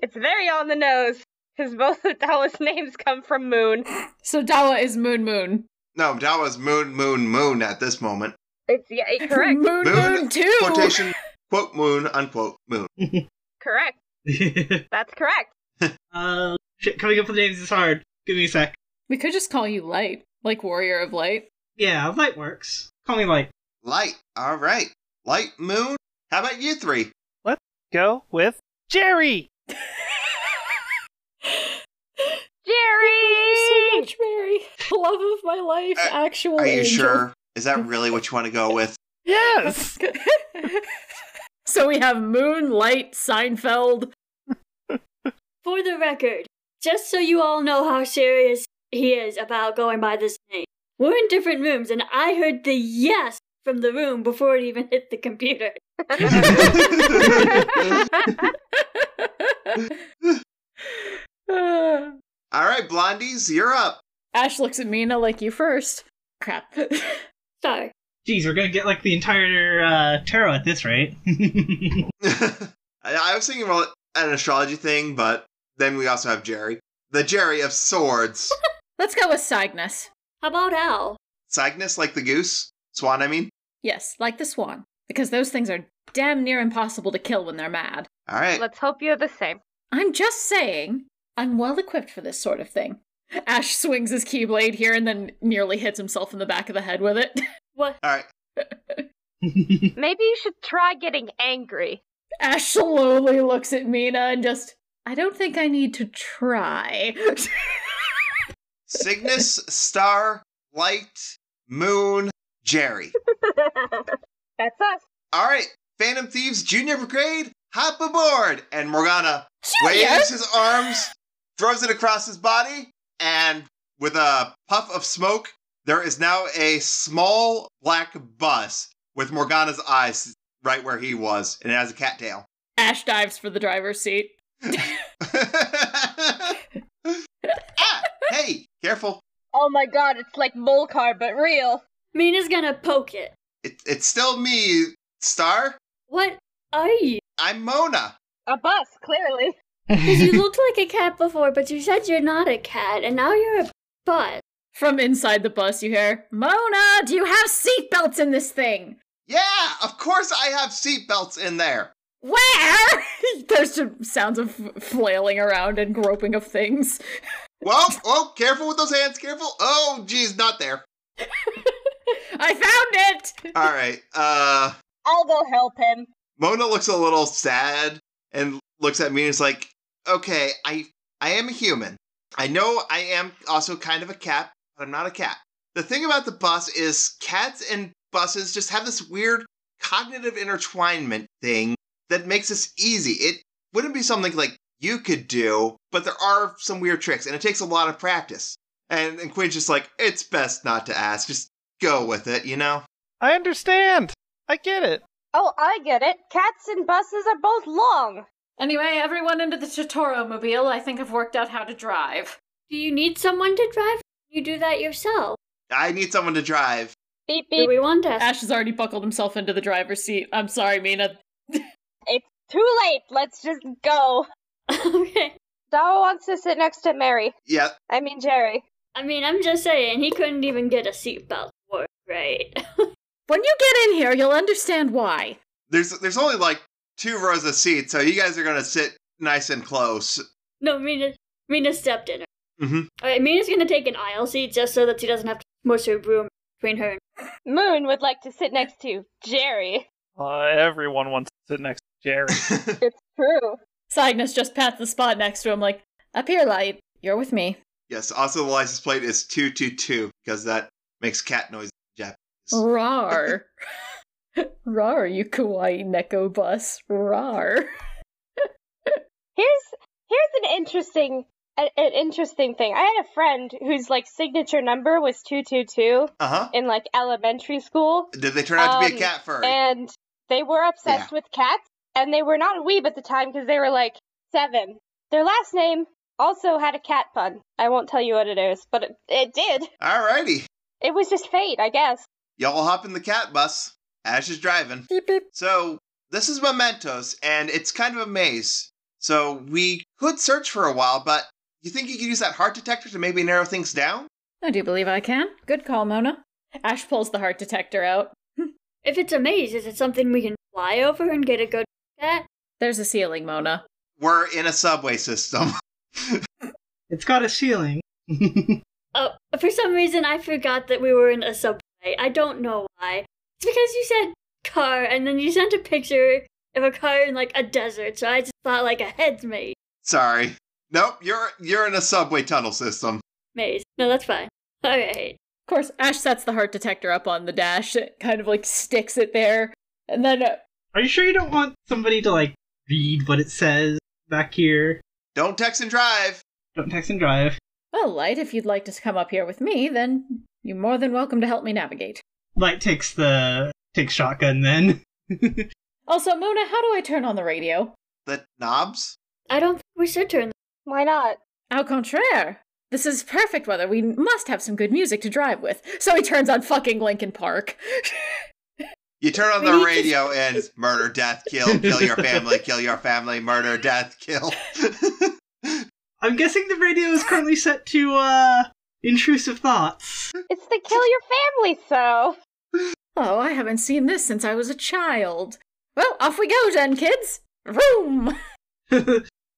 C: It's very on the nose, because both of Dawa's names come from Moon.
B: So Dawa is Moon Moon.
A: No, Dawa's moon, moon, moon at this moment.
C: It's yeah, it- correct,
B: Moon
A: Moon,
B: Moon 2!
A: Quotation, quote moon, unquote moon.
C: correct. That's correct.
D: uh, shit, coming up with names is hard. Give me a sec.
B: We could just call you Light, like Warrior of Light.
D: Yeah, light works. Call me light.
A: Light. All right. Light, moon. How about you three?
E: Go with Jerry!
B: So
C: Jerry.
B: much, Mary. Love of my life,
A: Uh,
B: actual
A: Are you
B: angel.
A: sure? Is that really what you want to go with?
E: Yes!
B: so we have Moon, Light, Seinfeld.
F: For the record, just so you all know how serious he is about going by this name, we're in different rooms, and I heard the yes from the room before it even hit the computer.
B: Uh,
A: All right, blondies, you're up.
B: Ash looks at Mina like you first. Crap.
F: Sorry.
D: Jeez, we're gonna get like the entire uh, tarot at this rate.
A: I, I was thinking about an astrology thing, but then we also have Jerry, the Jerry of swords.
B: Let's go with Cygnus.
F: How about Al?
A: Cygnus, like the goose, swan. I mean.
B: Yes, like the swan, because those things are damn near impossible to kill when they're mad.
A: All right.
C: Let's hope you're the same.
B: I'm just saying, I'm well equipped for this sort of thing. Ash swings his keyblade here and then nearly hits himself in the back of the head with it.
F: What?
A: All right.
C: Maybe you should try getting angry.
B: Ash slowly looks at Mina and just, I don't think I need to try.
A: Cygnus, star, light, moon, Jerry.
C: That's us.
A: All right. Phantom Thieves, junior brigade, hop aboard. And Morgana
B: Junior!
A: waves his arms, throws it across his body, and with a puff of smoke, there is now a small black bus with Morgana's eyes right where he was, and it has a cattail.
B: Ash dives for the driver's seat.
A: ah, hey, careful.
C: Oh my god, it's like Molcar but real.
F: Mina's gonna poke it.
A: It, it's still me, Star.
F: What are you?
A: I'm Mona.
C: A bus, clearly.
F: Because you looked like a cat before, but you said you're not a cat, and now you're a butt.
B: From inside the bus, you hear, Mona, do you have seatbelts in this thing?
A: Yeah, of course I have seatbelts in there.
B: Where? There's just sounds of flailing around and groping of things.
A: Whoa, whoa, oh, careful with those hands, careful. Oh, geez, not there.
B: I found it!
A: All right. Uh,
C: I'll go help him.
A: Mona looks a little sad and looks at me and is like, okay, I, I am a human. I know I am also kind of a cat, but I'm not a cat. The thing about the bus is cats and buses just have this weird cognitive intertwinement thing that makes this easy. It wouldn't be something like you could do, but there are some weird tricks, and it takes a lot of practice. And, and Quinn's just like, it's best not to ask. Just go with it, you know?
E: I understand. I get it.
C: Oh, I get it. Cats and buses are both long.
B: Anyway, everyone into the Totoro mobile. I think I've worked out how to drive.
H: Do you need someone to drive? You do that yourself.
A: I need someone to drive.
C: Beep
H: Do
C: beep.
H: we want us?
B: Ash has already buckled himself into the driver's seat. I'm sorry, Mina.
C: It's too late. Let's just go.
H: okay.
C: Dawa wants to sit next to Mary.
A: Yeah,
C: I mean Jerry.
H: I mean, I'm just saying, he couldn't even get a seatbelt for it, right?
B: When you get in here, you'll understand why.
A: there's there's only like two rows of seats, so you guys are gonna sit nice and close.
H: no, Mina, Mina stepped in.
A: Mhm.
H: Alright, Mina's gonna take an aisle seat just so that she doesn't have to smush her broom between her and.
C: Moon would like to sit next to Jerry.
E: Uh, everyone wants to sit next to Jerry.
C: It's true.
B: Cygnus just pats the spot next to him, like, up here, light. You're with me.
A: yes. Also, the license plate is two two two because that makes cat noise.
B: Rar. Rar, you kawaii neko bus. Rar.
C: Here's here's an interesting a, an interesting thing. I had a friend whose like signature number was two two two
A: Uh huh.
C: in like elementary school,
A: Did they turn out to be a
C: Um,
A: cat furry?
C: and they were obsessed with cats, and they were not a weeb at the time because they were like seven. Their last name also had a cat pun. I won't tell you what it is, but it, it did.
A: Alrighty,
C: It was just fate, I guess.
A: y'all hop in the cat bus. Ash is driving.
B: Beep, beep.
A: So this is Mementos, and it's kind of a maze. So we could search for a while, but you think you could use that heart detector to maybe narrow things down?
B: I do believe I can. Good call, Mona. Ash pulls the heart detector out.
H: If it's a maze, is it something we can fly over and get a good look at?
B: There's a ceiling, Mona.
A: We're in a subway system.
D: It's got a ceiling.
H: Oh, for some reason I forgot that we were in a subway. I don't know why. It's because you said car, and then you sent a picture of a car in like a desert, so I just thought like a head maze.
A: Sorry. Nope, you're you're in a subway tunnel system.
H: Maze. No, that's fine. All right.
B: Of course, Ash sets the heart detector up on the dash, It kind of like sticks it there, and then uh,
D: Are you sure you don't want somebody to like read what it says back here?
A: Don't text and drive.
D: Don't text and drive.
B: Well, Light, if you'd like to come up here with me, then you're more than welcome to help me navigate.
D: Light takes the takes shotgun then.
B: Also, Mona, how do I turn on the radio?
A: The knobs?
H: I don't think we should turn.
C: Why not?
B: Au contraire! This is perfect weather. We must have some good music to drive with. So he turns on fucking Linkin Park.
A: You turn on
H: We need
A: the
H: to-
A: radio and it's murder, death, kill, kill your family, kill your family, murder, death, kill.
D: I'm guessing the radio is currently set to uh intrusive thoughts.
C: It's the kill your family, so.
B: Oh, I haven't seen this since I was a child. Well, off we go then, kids! Vroom!
D: Hold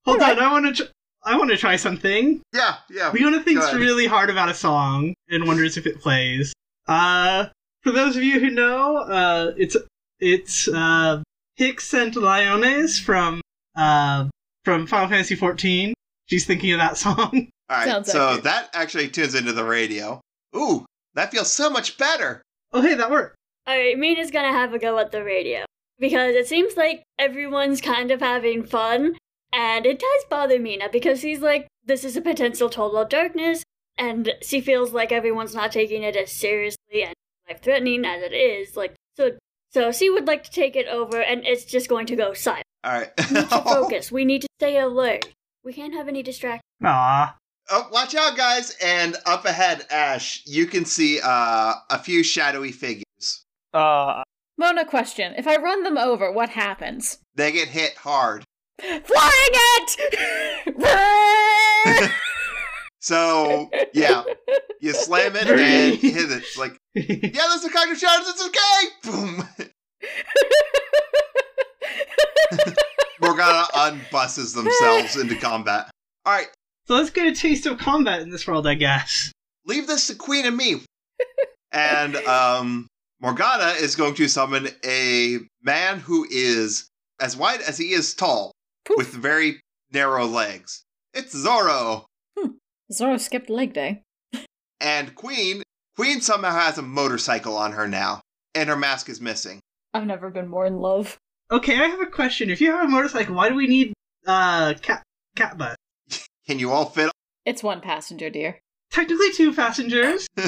B: Alright.
D: on, I want to tr- I want to try something.
A: yeah, yeah.
D: Leona thinks
A: ahead.
D: really hard about a song and wonders if it plays. Uh, for those of you who know, uh, it's it's uh, Hicks and Liones from uh, from Final Fantasy XIV. She's thinking of that song.
A: All right,
B: Sounds
A: so
B: accurate.
A: that actually tunes into the radio. Ooh, that feels so much better.
D: oh, hey, that worked.
H: All right, Mina's gonna have a go at the radio because it seems like everyone's kind of having fun, and it does bother Mina because she's like, this is a potential total of darkness, and she feels like everyone's not taking it as seriously and life-threatening as it is. Like, so, so she would like to take it over, and it's just going to go silent.
A: All right.
H: We need to focus. We need to stay alert. We can't have any distractions.
D: Aw,
A: Oh, watch out, guys! And up ahead, Ash, you can see uh, a few shadowy figures.
E: Uh,
B: Mona, question. If I run them over, what happens?
A: They get hit hard.
B: Flying it!
A: So yeah, you slam it and hit it. It's like
D: I
A: yeah, there's a cognitive shadows. It's okay. Boom. Morgana unbusses themselves into combat. All right,
D: So let's get a taste of combat in this world, I guess.
A: leave this to Queen and me. and um, Morgana is going to summon a man who is as wide as he is tall,
B: Poof.
A: with very narrow legs. It's Zoro.
B: Zoro skipped leg day.
A: And Queen, Queen somehow has a motorcycle on her now, and her mask is missing.
B: I've never been more in love.
D: Okay, I have a question. If you have a motorcycle, why do we need uh cat cat bus?
A: Can you all fit?
B: It's one passenger, dear.
D: Technically two passengers.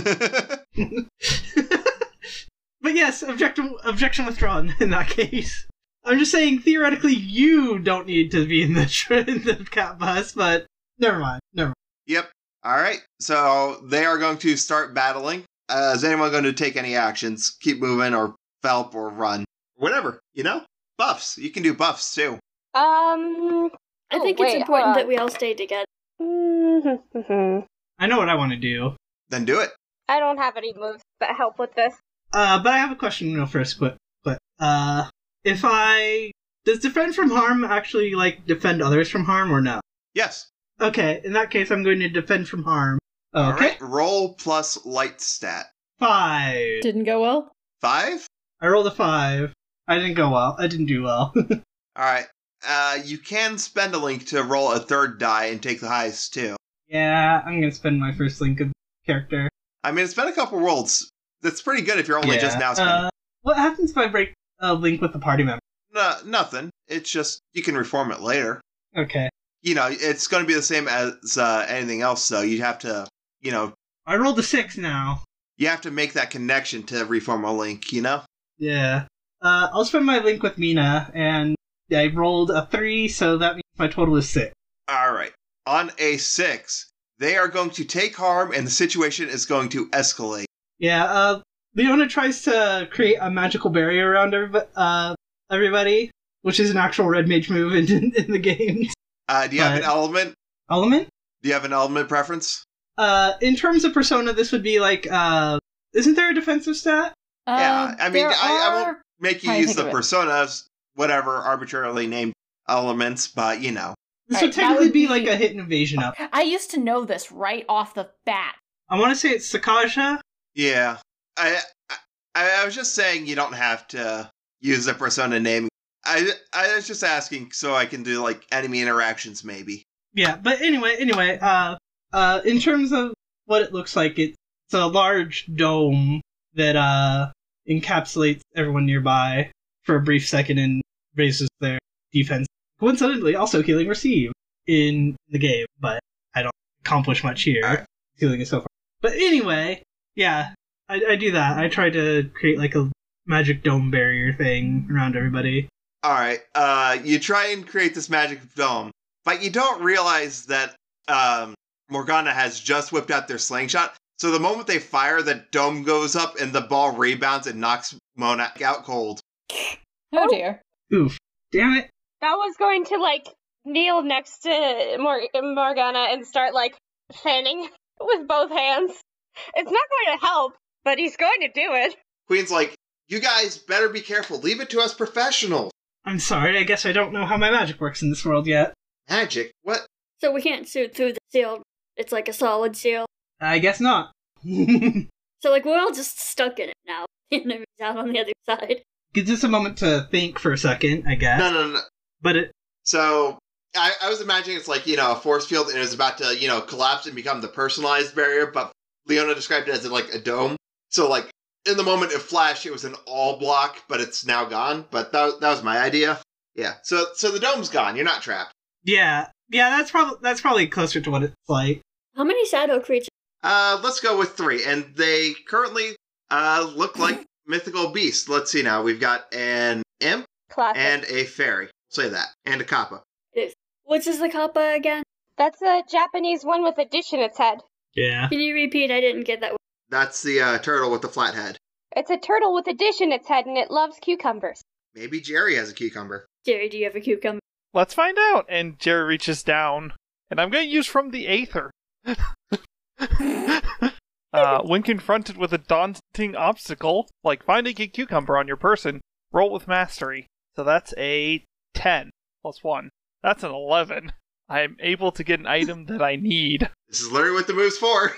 D: but yes, objection objection withdrawn in that case. I'm just saying theoretically you don't need to be in the tr- in the cat bus, but never mind. Never mind.
A: yep. All right. So they are going to start battling. Uh, is anyone going to take any actions? Keep moving, or felp, or run, whatever. You know, buffs. You can do buffs too.
C: Um.
H: I
C: Oh,
H: think
C: wait,
H: it's important
C: hold on.
H: that we all stay together.
C: mhm.
D: I know what I want to do.
A: Then do it.
C: I don't have any moves that help with this.
D: Uh, but I have a question real first, quick. But uh, if I does defend from harm actually like defend others from harm or no?
A: Yes.
D: Okay, in that case, I'm going to defend from harm. Okay,
A: All right. Roll plus light stat
D: five.
B: Didn't go well.
A: five.
D: I rolled a five. I didn't go well. I didn't do well.
A: All right. Uh, you can spend a link to roll a third die and take the highest too.
D: yeah, I'm gonna spend my first link of character.
A: I mean, it's been a couple rolls. That's pretty good if you're only
D: yeah.
A: just now spending.
D: Uh, what happens if I break a link with the party member?
A: No, uh, nothing. It's just you can reform it later.
D: Okay,
A: You know, it's going to be the same as uh, anything else. Though you have to, you know,
D: I rolled a six now.
A: you have to make that connection to reform a link. You know.
D: Yeah. Uh, I'll spend my link with Mina, and I rolled a three, so that means my total is six.
A: All right. On a six, they are going to take harm, and the situation is going to escalate.
D: Yeah, uh, Leona tries to create a magical barrier around everyb- uh, everybody, which is an actual red mage move in, in the game.
A: Uh, do you have an
D: Right.
A: element?
D: Element?
A: Do you have an element preference?
D: Uh, in terms of persona, this would be like, uh, isn't there a defensive stat?
A: Yeah,
B: Uh,
A: I mean,
B: there
A: I- I won't-
B: are-
A: make you
B: Trying to
A: use
B: think
A: the
B: of it.
A: personas, whatever arbitrarily named elements, but you know.
D: This
B: Right,
D: would
B: that
D: technically
B: would
D: be,
B: be-
D: like a hit and evasion up.
B: I used to know this right off the bat.
D: I want to say it's Sakasha.
A: Yeah. I, I I was just saying you don't have to use the persona name. I I was just asking so I can do like enemy interactions maybe.
D: Yeah, but anyway, anyway, uh, uh, in terms of what it looks like, it's a large dome that, uh, encapsulates everyone nearby for a brief second and raises their defense. Coincidentally, also healing receive in the game, but I don't accomplish much here.
A: Alright.
D: Healing is so far. But anyway, yeah, I, I do that. I try to create like a magic dome barrier thing around everybody.
A: All right. Uh you try and create this magic dome, but you don't realize that um Morgana has just whipped out their slingshot. So the moment they fire, the dome goes up and the ball rebounds and knocks Mona out cold.
B: Oh
C: Oh.
B: dear.
D: Oof. Damn it.
C: I was going to like kneel next to Mor- Morgana and start like fanning with both hands. It's not going to help, but he's going to do it.
A: Queen's like, "You guys better be careful. Leave it to us professionals."
D: I'm sorry, I guess I don't know how my magic works in this world yet.
A: Magic? What?
H: So we can't shoot through the seal. It's like a solid seal.
D: I guess not. Gives
H: So like we're all just stuck in it now. And it's out on the other side.
D: us a moment to think for a second, I guess.
A: No, no, no.
D: But it,
A: So I, I was imagining it's like you know a force field, and it was about to you know collapse and become the personalized barrier. But Leona described it as like a dome. So like in the moment it flashed, it was an all block, but it's now gone. But that that was my idea. Yeah. So so the dome's gone. You're not trapped.
D: yeah, yeah, that's probably that's probably closer to what it's like.
H: How many shadow creatures?
A: Uh, let's go with three, and they currently uh look like mythical beasts. Let's see now. We've got an imp.
C: Classic.
A: and a fairy. Say that. And a kappa.
H: What's is the kappa again?
C: That's a Japanese one with a dish in its head.
D: Yeah.
H: Can you repeat? I didn't get that. one.
A: That's the uh, turtle with the flat head.
C: It's a turtle with a dish in its head and it loves cucumbers.
A: Maybe Jerry has a cucumber.
H: Jerry, do you have a cucumber?
E: Let's find out. And Jerry reaches down, and I'm going to use from the Aether. uh, when confronted with a daunting obstacle, like finding a cucumber on your person, roll with mastery. So that's a 10 plus 1. That's an 11. I'm able to get an item that I need.
A: This is literally what the move's for.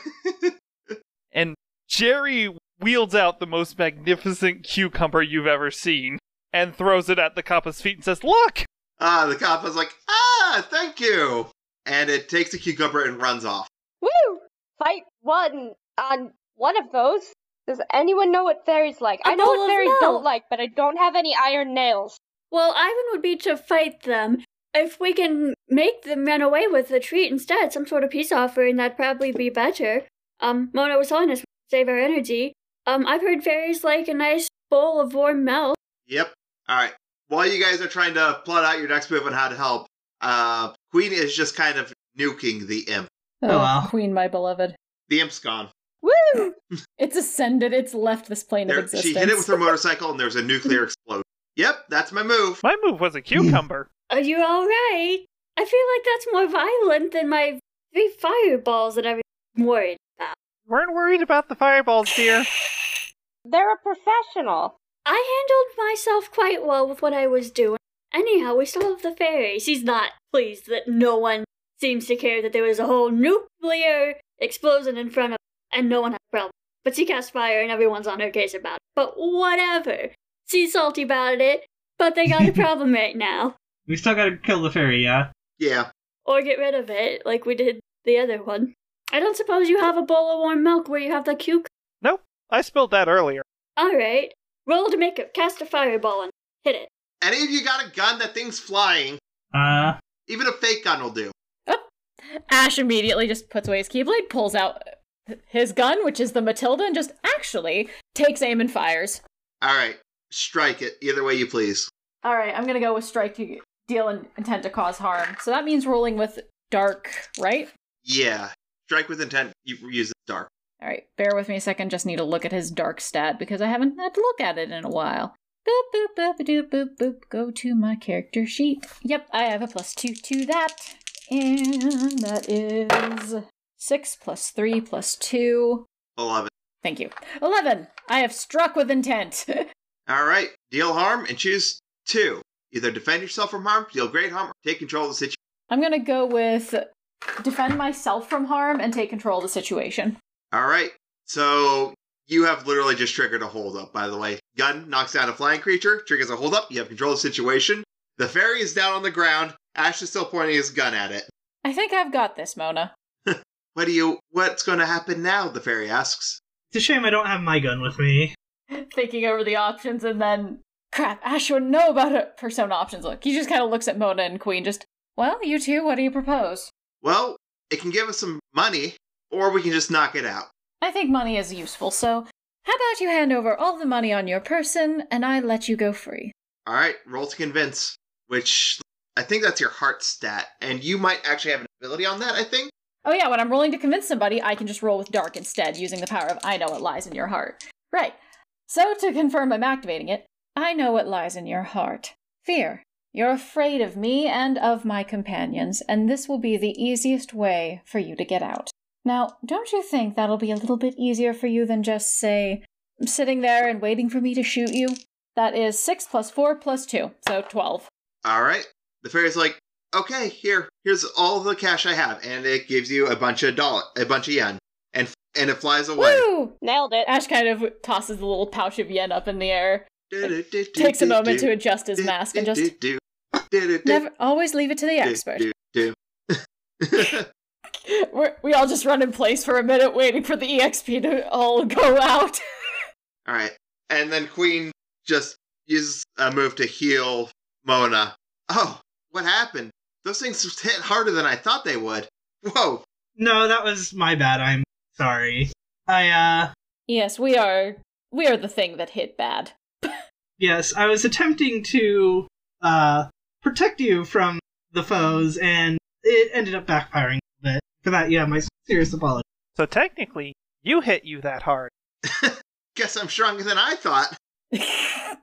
E: And Jerry wields out the most magnificent cucumber you've ever seen and throws it at the coppa's feet and says, Look!
A: Ah, the cop is like, ah, thank you. And it takes the cucumber and runs off.
C: Woo! Fight one on one of those. Does anyone know what fairies like?
H: A
C: I know
H: bowl of
C: what fairies
H: milk.
C: don't like, but I don't have any iron nails.
H: Well, Ivan would be to fight them. If we can make them run away with a treat instead, some sort of peace offering, that'd probably be better. Um, Mona was telling us we could save our energy. Um, I've heard fairies like a nice bowl of warm milk.
A: Yep. All right. While you guys are trying to plot out your next move on how to help, uh, Queen is just kind of nuking the imp.
B: Oh,
D: wow.
B: Queen, my beloved.
A: The imp's gone.
C: Woo!
B: It's ascended. It's left this plane of
A: There,
B: existence.
A: she hit it with her motorcycle, and there's a nuclear explosion. Yep, that's my move.
E: My move was a cucumber.
H: Are you alright? I feel like that's more violent than my three fireballs that I'm worried about.
E: Weren't worried about the fireballs, dear.
C: They're a professional.
H: I handled myself quite well with what I was doing. Anyhow, we still have the fairies. He's not pleased that no one seems to care that there was a whole nuclear explosion in front of and no one had a problem. But she cast fire and everyone's on her case about it. But whatever. She's salty about it, but they got a problem right now.
D: We still gotta kill the fairy, yeah?
A: Yeah.
H: Or get rid of it, like we did the other one. I don't suppose you have a bowl of warm milk where you have the cucumber.
E: I spilled that earlier.
H: Alright. Roll to make it. Cast a fireball and hit it.
A: Any of you got a gun? That thing's flying.
D: Uh,
A: Even a fake gun will do.
B: Ash immediately just puts away his keyblade, pulls out his gun, which is the Matilda, and just actually takes aim and fires.
A: All right. Strike it. Either way you please.
B: All right, I'm gonna go with strike to deal in- intent to cause harm. So that means rolling with dark, right?
A: Yeah. Strike with intent. You use the dark.
B: All right, bear with me a second. Just need to look at his dark stat because I haven't had to look at it in a while. Boop boop boop doop boop boop. Go to my character sheet. Yep, I have a plus two to that, and that is six plus three plus two.
A: Eleven.
B: Thank you. 11. I have struck with intent.
A: All right. Deal harm and choose two. Either defend yourself from harm, deal great harm, or take control of the situation.
B: I'm going to go with defend myself from harm and take control of the situation.
A: All right. So you have literally just triggered a hold up, by the way. Gun knocks down a flying creature, triggers a hold up. You have control of the situation. The fairy is down on the ground. Ash is still pointing his gun at it.
B: I think I've got this, Mona.
A: What do you what's going to happen now? The fairy asks.
D: it's a shame I don't have my gun with me.
B: Thinking over the options and then crap, Ash wouldn't know about her persona options. Look, he just kind of looks at Mona and Queen, just, well, you two, what do you propose?
A: Well, it can give us some money or we can just knock it out.
B: I think money is useful, so how about you hand over all the money on your person and I let you go free?
A: All right, roll to convince, which I think that's your heart stat and you might actually have an ability on that, I think.
B: Oh, yeah, when I'm rolling to convince somebody, I can just roll with dark instead, using the power of I know what lies in your heart. Right. So, to confirm I'm activating it, I know what lies in your heart fear. You're afraid of me and of my companions, and this will be the easiest way for you to get out. Now, don't you think that'll be a little bit easier for you than just, say, sitting there and waiting for me to shoot you? That is 6 plus 4 plus 2, so 12.
A: All right. The fairy's like, "Okay, here. Here's all the cash I have." And it gives you a bunch of dollar, a bunch of yen. And and it flies away.
B: Woo!
C: Nailed it.
B: Ash kind of tosses the little pouch of yen up in the air takes
A: takes
B: a moment to adjust his mask and just never always leave it to the expert. We're, we all just run in place for a minute, waiting for the exp to all go out.
A: All right. And then Queen just uses a move to heal Mona. Oh, what happened? Those things hit harder than I thought they would. Whoa.
D: No, that was my bad. I'm sorry. I, uh,
B: yes, we are. We are the thing that hit bad.
D: yes, I was attempting to, uh, protect you from the foes, and it ended up backfiring a bit. For that, yeah, my serious apology.
E: So technically, you hit you that hard.
A: Guess I'm stronger than I thought.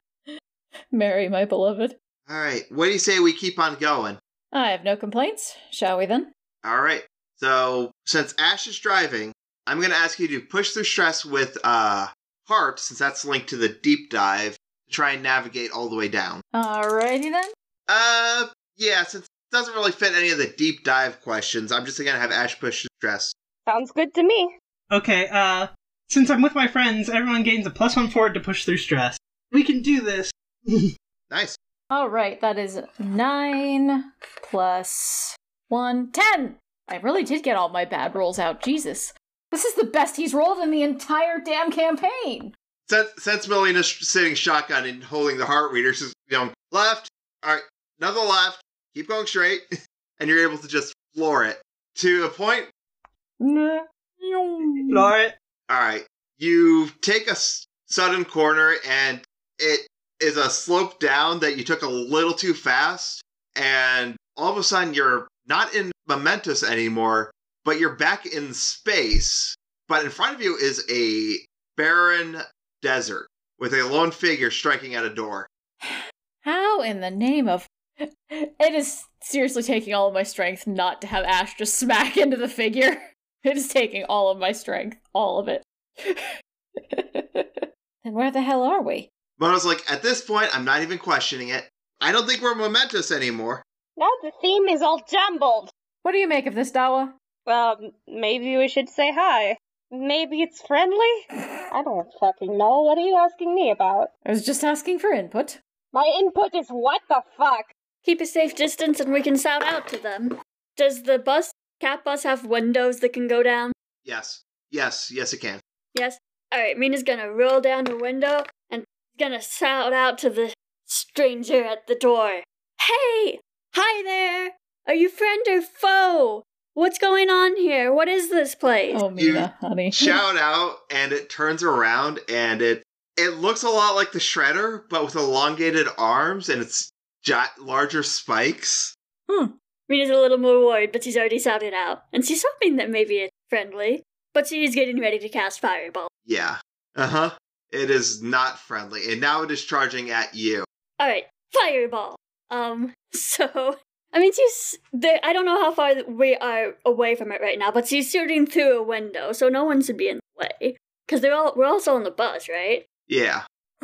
B: Mary, my beloved.
A: All right. What do you say we keep on going?
B: I have no complaints. Shall we then?
A: All right. So since Ash is driving, I'm going to ask you to push through stress with uh heart, since that's linked to the deep dive, to try and navigate all the way down.
B: Alrighty then.
A: Uh, yeah, since it doesn't really fit any of the deep dive questions, I'm just gonna have Ash push stress.
C: Sounds good to me.
D: Okay, uh, since I'm with my friends, everyone gains a plus one forward to push through stress. We can do this.
A: Nice.
B: All right, that is nine plus one, ten. I really did get all my bad rolls out. Jesus, this is the best he's rolled in the entire damn campaign.
A: Since since Melina's sitting shotgun and holding the heart reader, she's going left. All right, another left. Keep going straight, and you're able to just floor it to a point.
B: Mm.
D: Laura,
A: All right, you take a s- sudden corner, and it is a slope down that you took a little too fast, and all of a sudden you're not in momentous anymore, but you're back in space. But in front of you is a barren desert with a lone figure striking at a door.
B: How in the name of. It is seriously taking all of my strength not to have Ash just smack into the figure. It is taking all of my strength. All of it. then where the hell are we?
A: Mono's like, at this point, I'm not even questioning it. I don't think we're momentous anymore.
C: Now the theme is all jumbled.
B: What do you make of this, Dawa?
C: Um, maybe we should say hi. Maybe it's friendly? I don't fucking know. What are you asking me about?
B: I was just asking for input.
C: My input is what the fuck?
H: Keep a safe distance and we can shout out to them. Does the bus, cat bus, have windows that can go down?
A: Yes, yes, yes, it can.
H: Yes? Alright, Mina's gonna roll down the window and gonna shout out to the stranger at the door. Hey! Hi there! Are you friend or foe? What's going on here? What is this place?
B: Oh, Mina, honey.
A: shout out and it turns around and it it looks a lot like the shredder but with elongated arms and it's ja larger spikes
H: Mina's a little more worried, but she's already shouted out. And she's hoping that maybe it's friendly. But she is getting ready to cast Fireball.
A: yeah uh-huh it is not friendly and now it is charging at you
H: All right, fireball. Um, so I mean, she's there. I don't know how far that we are away from it right now, but she's shooting through a window, so no one should be in the way. Cause they're all we're all still on the bus, right?
A: yeah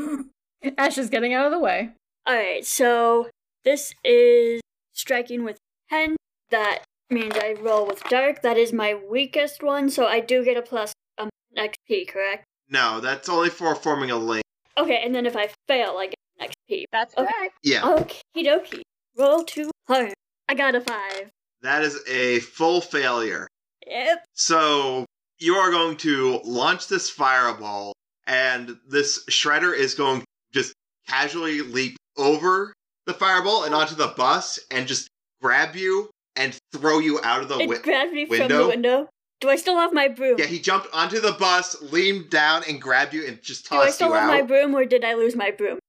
B: Ash is getting out of the way.
H: All right, so this is striking with ten. That means I roll with dark. That is my weakest one, so I do get a plus um, XP, correct?
A: no that's only for forming a link
H: Okay, and then if I fail, I get an XP.
C: That's
H: Okay.
C: correct.
A: yeah
H: Okie dokie. Roll two hard. I got a five.
A: that is a full failure
H: Yep.
A: so you are going to launch this fireball and this shredder is going to just casually leap over the fireball and onto the bus and just grab you and throw you out of the
H: it
A: window
H: grabbed me from
A: window?
H: the window. Do I still have my broom?
A: Yeah, he jumped onto the bus, leaned down, and grabbed you and just
H: Do I
A: tossed
H: still
A: you
H: have
A: out.
H: my broom, or did I lose my broom?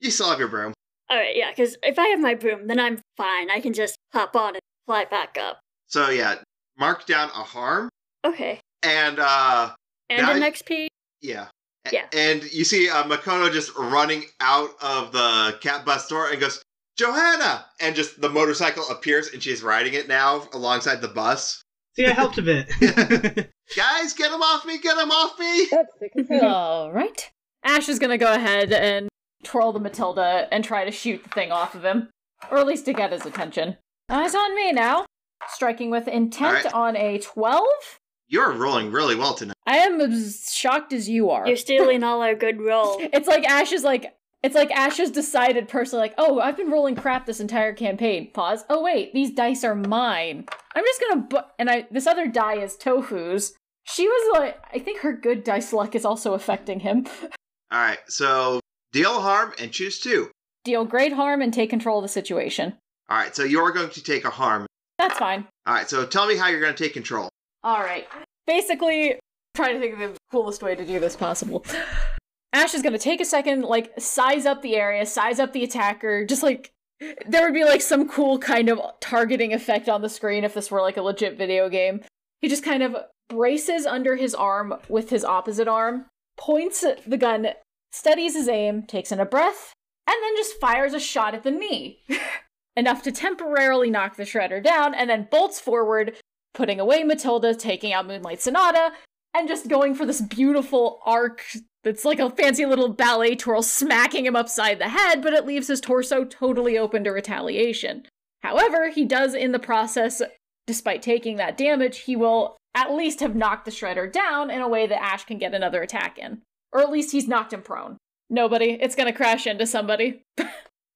A: You still have your broom.
H: All right, yeah, because if I have my broom, then I'm fine. I can just hop on and fly back up.
A: So yeah, mark down a harm
H: Okay,
A: and uh
H: and
A: Now
H: an
A: I-
H: XP.
A: yeah. A-
H: Yeah.
A: And you see uh, Makoto just running out of the cat bus door and goes, Johanna! And just the motorcycle appears and she's riding it now alongside the bus.
D: see, I helped a bit.
A: Guys, get him off me! Get him off me!
C: That's sick as hell.
B: All right. Ash is going to go ahead and twirl the Matilda and try to shoot the thing off of him, or at least to get his attention. Eyes on me now. Striking with intent
A: Alright.
B: on a 12.
A: You're rolling really well tonight.
B: I am as shocked as you are.
H: You're stealing all our good rolls.
B: It's like Ash is like it's like Ash has decided personally, like, oh, I've been rolling crap this entire campaign. Pause. Oh wait, these dice are mine. I'm just gonna bu- and I this other die is Tofu's. She was like, I think her good dice luck is also affecting him.
A: Alright, so deal harm and choose two.
B: Deal great harm and take control of the situation.
A: Alright, so you're going to take a harm.
B: That's fine.
A: Alright, so tell me how you're going to take control.
B: All right. Basically, trying to think of the coolest way to do this possible. Ash is going to take a second, like, size up the area, size up the attacker, just like. There would be like some cool kind of targeting effect on the screen if this were like a legit video game. He just kind of braces under his arm with his opposite arm, points at the gun, steadies his aim, takes in a breath, and then just fires a shot at the knee. Enough to temporarily knock the shredder down, and then bolts forward, putting away Matilda, taking out Moonlight Sonata, and just going for this beautiful arc that's like a fancy little ballet twirl smacking him upside the head, but it leaves his torso totally open to retaliation. However, he does in the process, despite taking that damage, he will at least have knocked the shredder down in a way that Ash can get another attack in. Or at least he's knocked him prone. Nobody, it's gonna crash into somebody.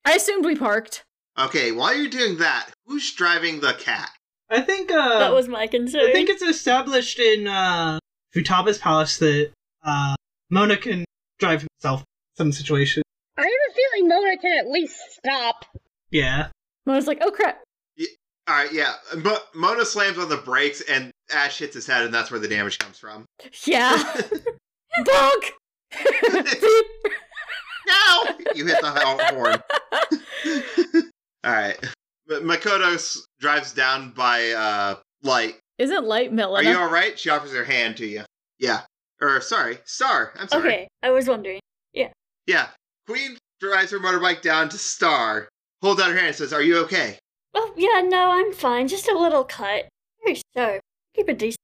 B: I assumed we parked.
A: Okay, while you're doing that, who's driving the cat?
D: I think uh,
A: Um,
H: that was my concern.
D: I think it's established in uh, Futaba's palace that uh, Mona can drive himself in some situation.
C: I have a feeling Mona can at least stop.
D: Yeah.
B: Mona's like, oh crap.
A: All right, yeah. Mo- Mona slams on the brakes, and Ash hits his head, and that's where the damage comes from.
B: Yeah. Bonk! Beep.
A: No, you hit the ho- horn. All right, M- Makoto s- drives down by uh, light.
B: Isn't light
A: Are
B: Milena?
A: you all right? She offers her hand to you. Yeah, or sorry, Star. I'm sorry.
H: Okay, I was wondering.
A: Yeah, Queen drives her motorbike down to Star, holds out her hand, and says, "Are you okay?"
H: Oh yeah, no, I'm fine. Just a little cut. Very sharp. Keep a decent.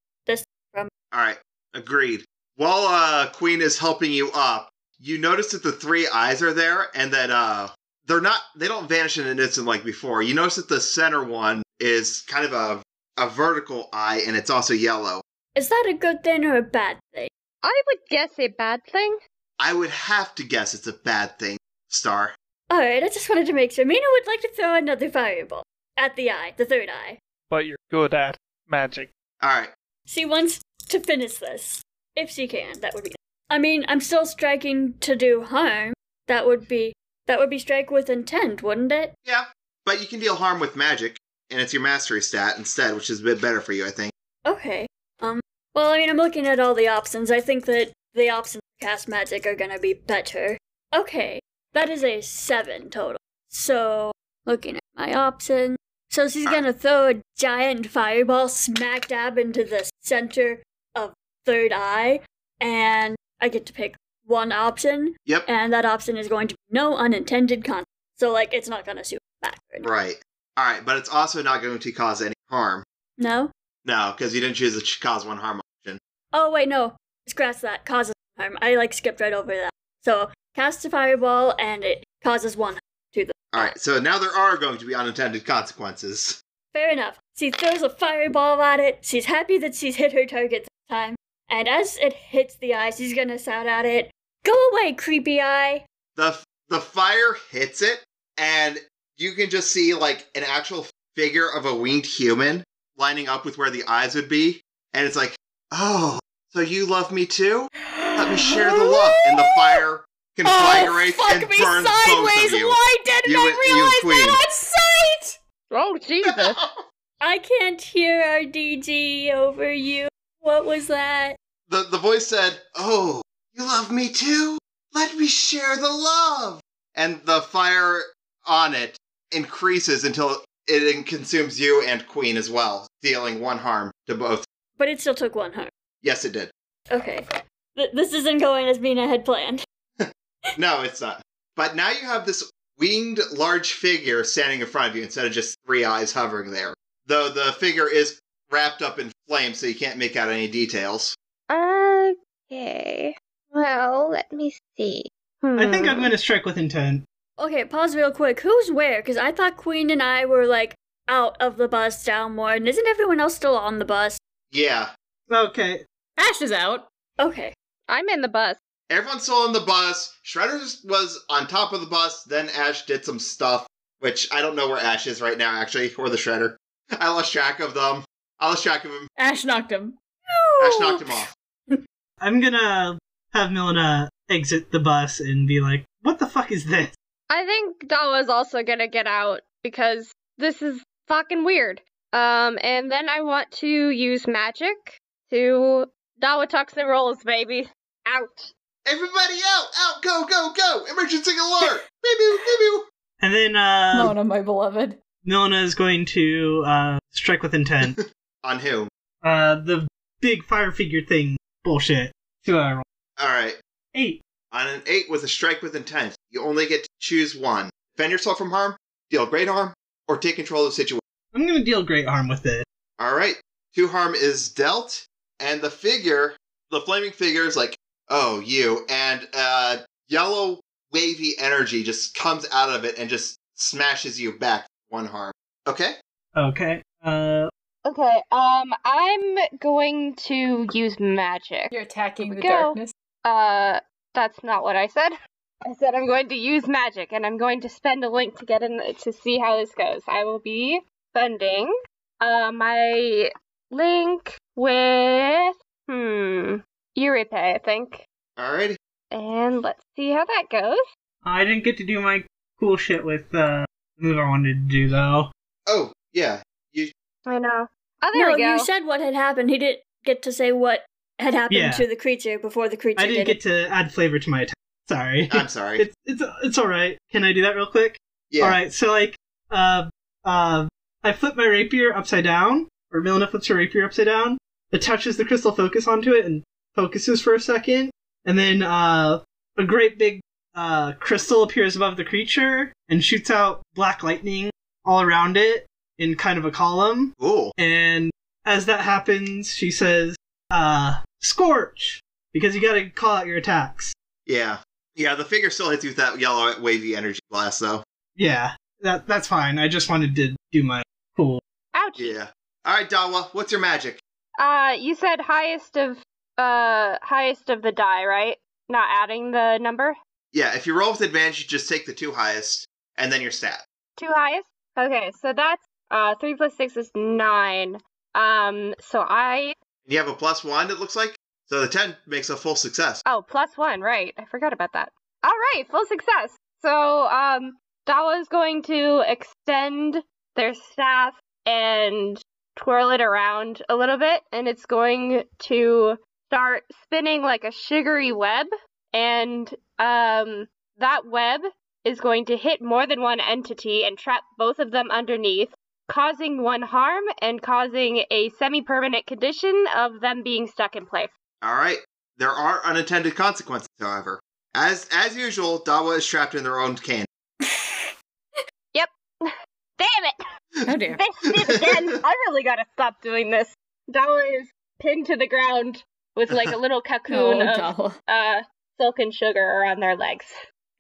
A: All right, agreed. While uh, Queen is helping you up, you notice that the three eyes are there, and that uh, they're not—they don't vanish in an instant like before. You notice that the center one is kind of a a vertical eye, and it's also yellow.
H: Is that a good thing or a bad thing?
C: I would guess a bad thing.
A: I would have to guess it's a bad thing, Star.
H: All right, I just wanted to make sure. Mina would like to throw another fireball at the eye, the third eye.
E: but you're good at magic.
A: All right,
H: She wants to finish this if she can. That would be. I mean, I'm still striking to do harm. That would be that would be strike with intent, wouldn't it?
A: yeah, but you can deal harm with magic, and it's your mastery stat instead, which is a bit better for you, I think.
H: Okay. Um. Well, I mean, I'm looking at all the options. I think that the options to cast magic are gonna be better. Okay. That is a seven total. So looking at my options, so she's gonna throw a giant fireball smack dab into the center of third eye, and I get to pick one option,
A: Yep,
H: and that option is going to be no unintended consequence. So like, it's not gonna shoot back. Or anything.
A: right. All right, but it's also not going to cause any harm.
H: No.
A: No, because you didn't choose the ch- cause one harm option.
H: Oh wait, no. Scratch that. Causes harm. I like skipped right over that. So cast a fireball and it causes one harm to the.
A: All right, so now there are going to be unintended consequences.
H: Fair enough. She throws a fireball at it. She's happy that she's hit her target this time. And as it hits the eye, she's gonna shout at it, "Go away, creepy eye!"
A: The the fire hits it, and you can just see like an actual figure of a winged human lining up with where the eyes would be, and it's like, oh, so you love me too? Let me share the love, and the fire
B: Oh,
A: conflagrates
B: fuck
A: and
B: me
A: burns both
B: sideways!
A: of you.
B: Why didn't
A: You- you
B: I realize
A: queen.
B: that on sight?
C: Oh, Jesus.
H: I can't hear our DG over you. What was that?
A: the the voice said, "Oh, you love me too? Let me share the love." And the fire on it increases until it consumes you and Queen as well, dealing one harm to both.
H: But it still took one harm.
A: Yes, it did.
H: Okay. Th- this isn't going as Mina had planned.
A: No, it's not. But now you have this winged large figure standing in front of you instead of just three eyes hovering there. Though the figure is wrapped up in flames, so you can't make out any details.
C: Okay. Well, let me see.
D: I think
C: Hmm.
H: Mm.
D: I'm gonna strike with intent.
H: Okay, pause real quick. Who's where? Because I thought Queen and I were like out of the bus down more, and isn't everyone else still on the bus?
A: Yeah,
D: Okay.
B: Ash is out.
H: Okay.
C: I'm in the bus.
A: Everyone's still on the bus. Shredder was on top of the bus. Then Ash did some stuff, which I don't know where Ash is right now, actually, or the Shredder. I lost track of them. I lost track of him.
B: Ash knocked him.
A: Ash knocked him off.
D: I'm gonna have Milena exit the bus and be like, "What the fuck is this?"
C: I think Dawa's also gonna get out because this is fucking weird. Um, and then I want to use magic to Dawa tucks and rolls, baby. Out.
A: Everybody out! Out! Go! Go! Go! Emergency alert! Beep, beep, beep,
D: And then uh,
B: Mona, my beloved.
D: Milena is going to uh, strike with intent.
A: On whom?
D: uh, the big fire figure thing bullshit. Two hour roll.
A: All right.
D: Eight.
A: On an eight with a strike with intent, you only get to choose one: defend yourself from harm, deal great harm, or take control of the situation.
D: I'm gonna deal great harm with it.
A: All right. Two harm is dealt, and the figure the flaming figure is like, oh, you. And uh, yellow, wavy energy just comes out of it and just smashes you back one harm. Okay?
D: Okay. Uh,
C: Okay, um, I'm going to use magic.
I: You're attacking
C: Here we
I: the
C: go.
I: darkness.
C: Uh, that's not what I said. I said I'm going to use magic, and I'm going to spend a link to get in to see how this goes. I will be spending uh, my link with hmm Eureka, I think,
A: Alrighty.
C: and let's see how that goes.
D: I didn't get to do my cool shit with uh, the move I wanted to do though.
A: Oh, yeah.
C: I know. Oh, there
H: no,
C: we go.
H: you said what had happened. He didn't get to say what had happened
D: Yeah.
H: to the creature before the creature
D: I didn't
H: did
D: get
H: it.
D: to add flavor to my attack. Sorry.
A: I'm sorry.
D: it's it's it's all right. Can I do that real quick?
A: yeah.
D: All right. So like, uh, uh, I flip my rapier upside down, or Milena flips her rapier upside down, attaches the crystal focus onto it, and focuses for a second, and then uh, a great big uh, crystal appears above the creature and shoots out black lightning all around it in kind of a column.
A: Cool.
D: And as that happens, she says, uh, "Scorch," because you got to call out your attacks.
A: Yeah. Yeah, the figure still hits you with that yellow, wavy energy blast, though.
D: Yeah, that that's fine. I just wanted to do my cool.
C: Ouch.
A: Yeah. Alright, Dawa, what's your magic?
C: Uh, you said highest of uh highest of the die, right? Not adding the number.
A: Yeah, if you roll with advantage, you just take the two highest, and then your stat.
C: Two highest? Okay, so that's uh three plus six is nine. Um so I
A: And you have a plus one, it looks like. So the 10 makes a full success.
C: oh plus one, right. I forgot about that. Alright, full success. So um Dawa is going to extend their staff and twirl it around a little bit and it's going to start spinning like a sugary web and um that web is going to hit more than one entity and trap both of them underneath, causing one harm and causing a semi permanent condition of them being stuck in place.
A: All right. There are unintended consequences, however. As as usual, Dawa is trapped in their own can.
C: Damn it!
B: Oh dear.
C: This did again! I really gotta stop doing this. Dawa is pinned to the ground with like a little
B: Oh,
C: cocoon of
B: doll.
C: uh, silk and sugar around their legs.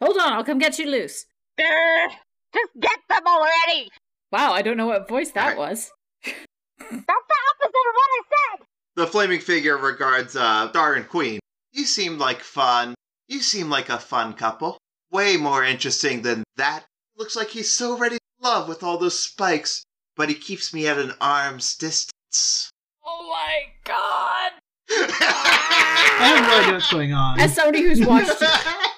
B: Hold on, I'll come get you loose.
C: Grr, just get them already!
B: Wow, I don't know what voice that
A: Alright.
B: was.
C: That's the opposite of what I said!
A: The flaming figure regards uh, Star and Queen. You seem like fun. You seem like a fun couple. Way more interesting than that. Looks like he's so ready to love with all those spikes, but he keeps me at an arm's distance.
I: Oh my god!
D: I have no idea what's going on.
B: As somebody who's watched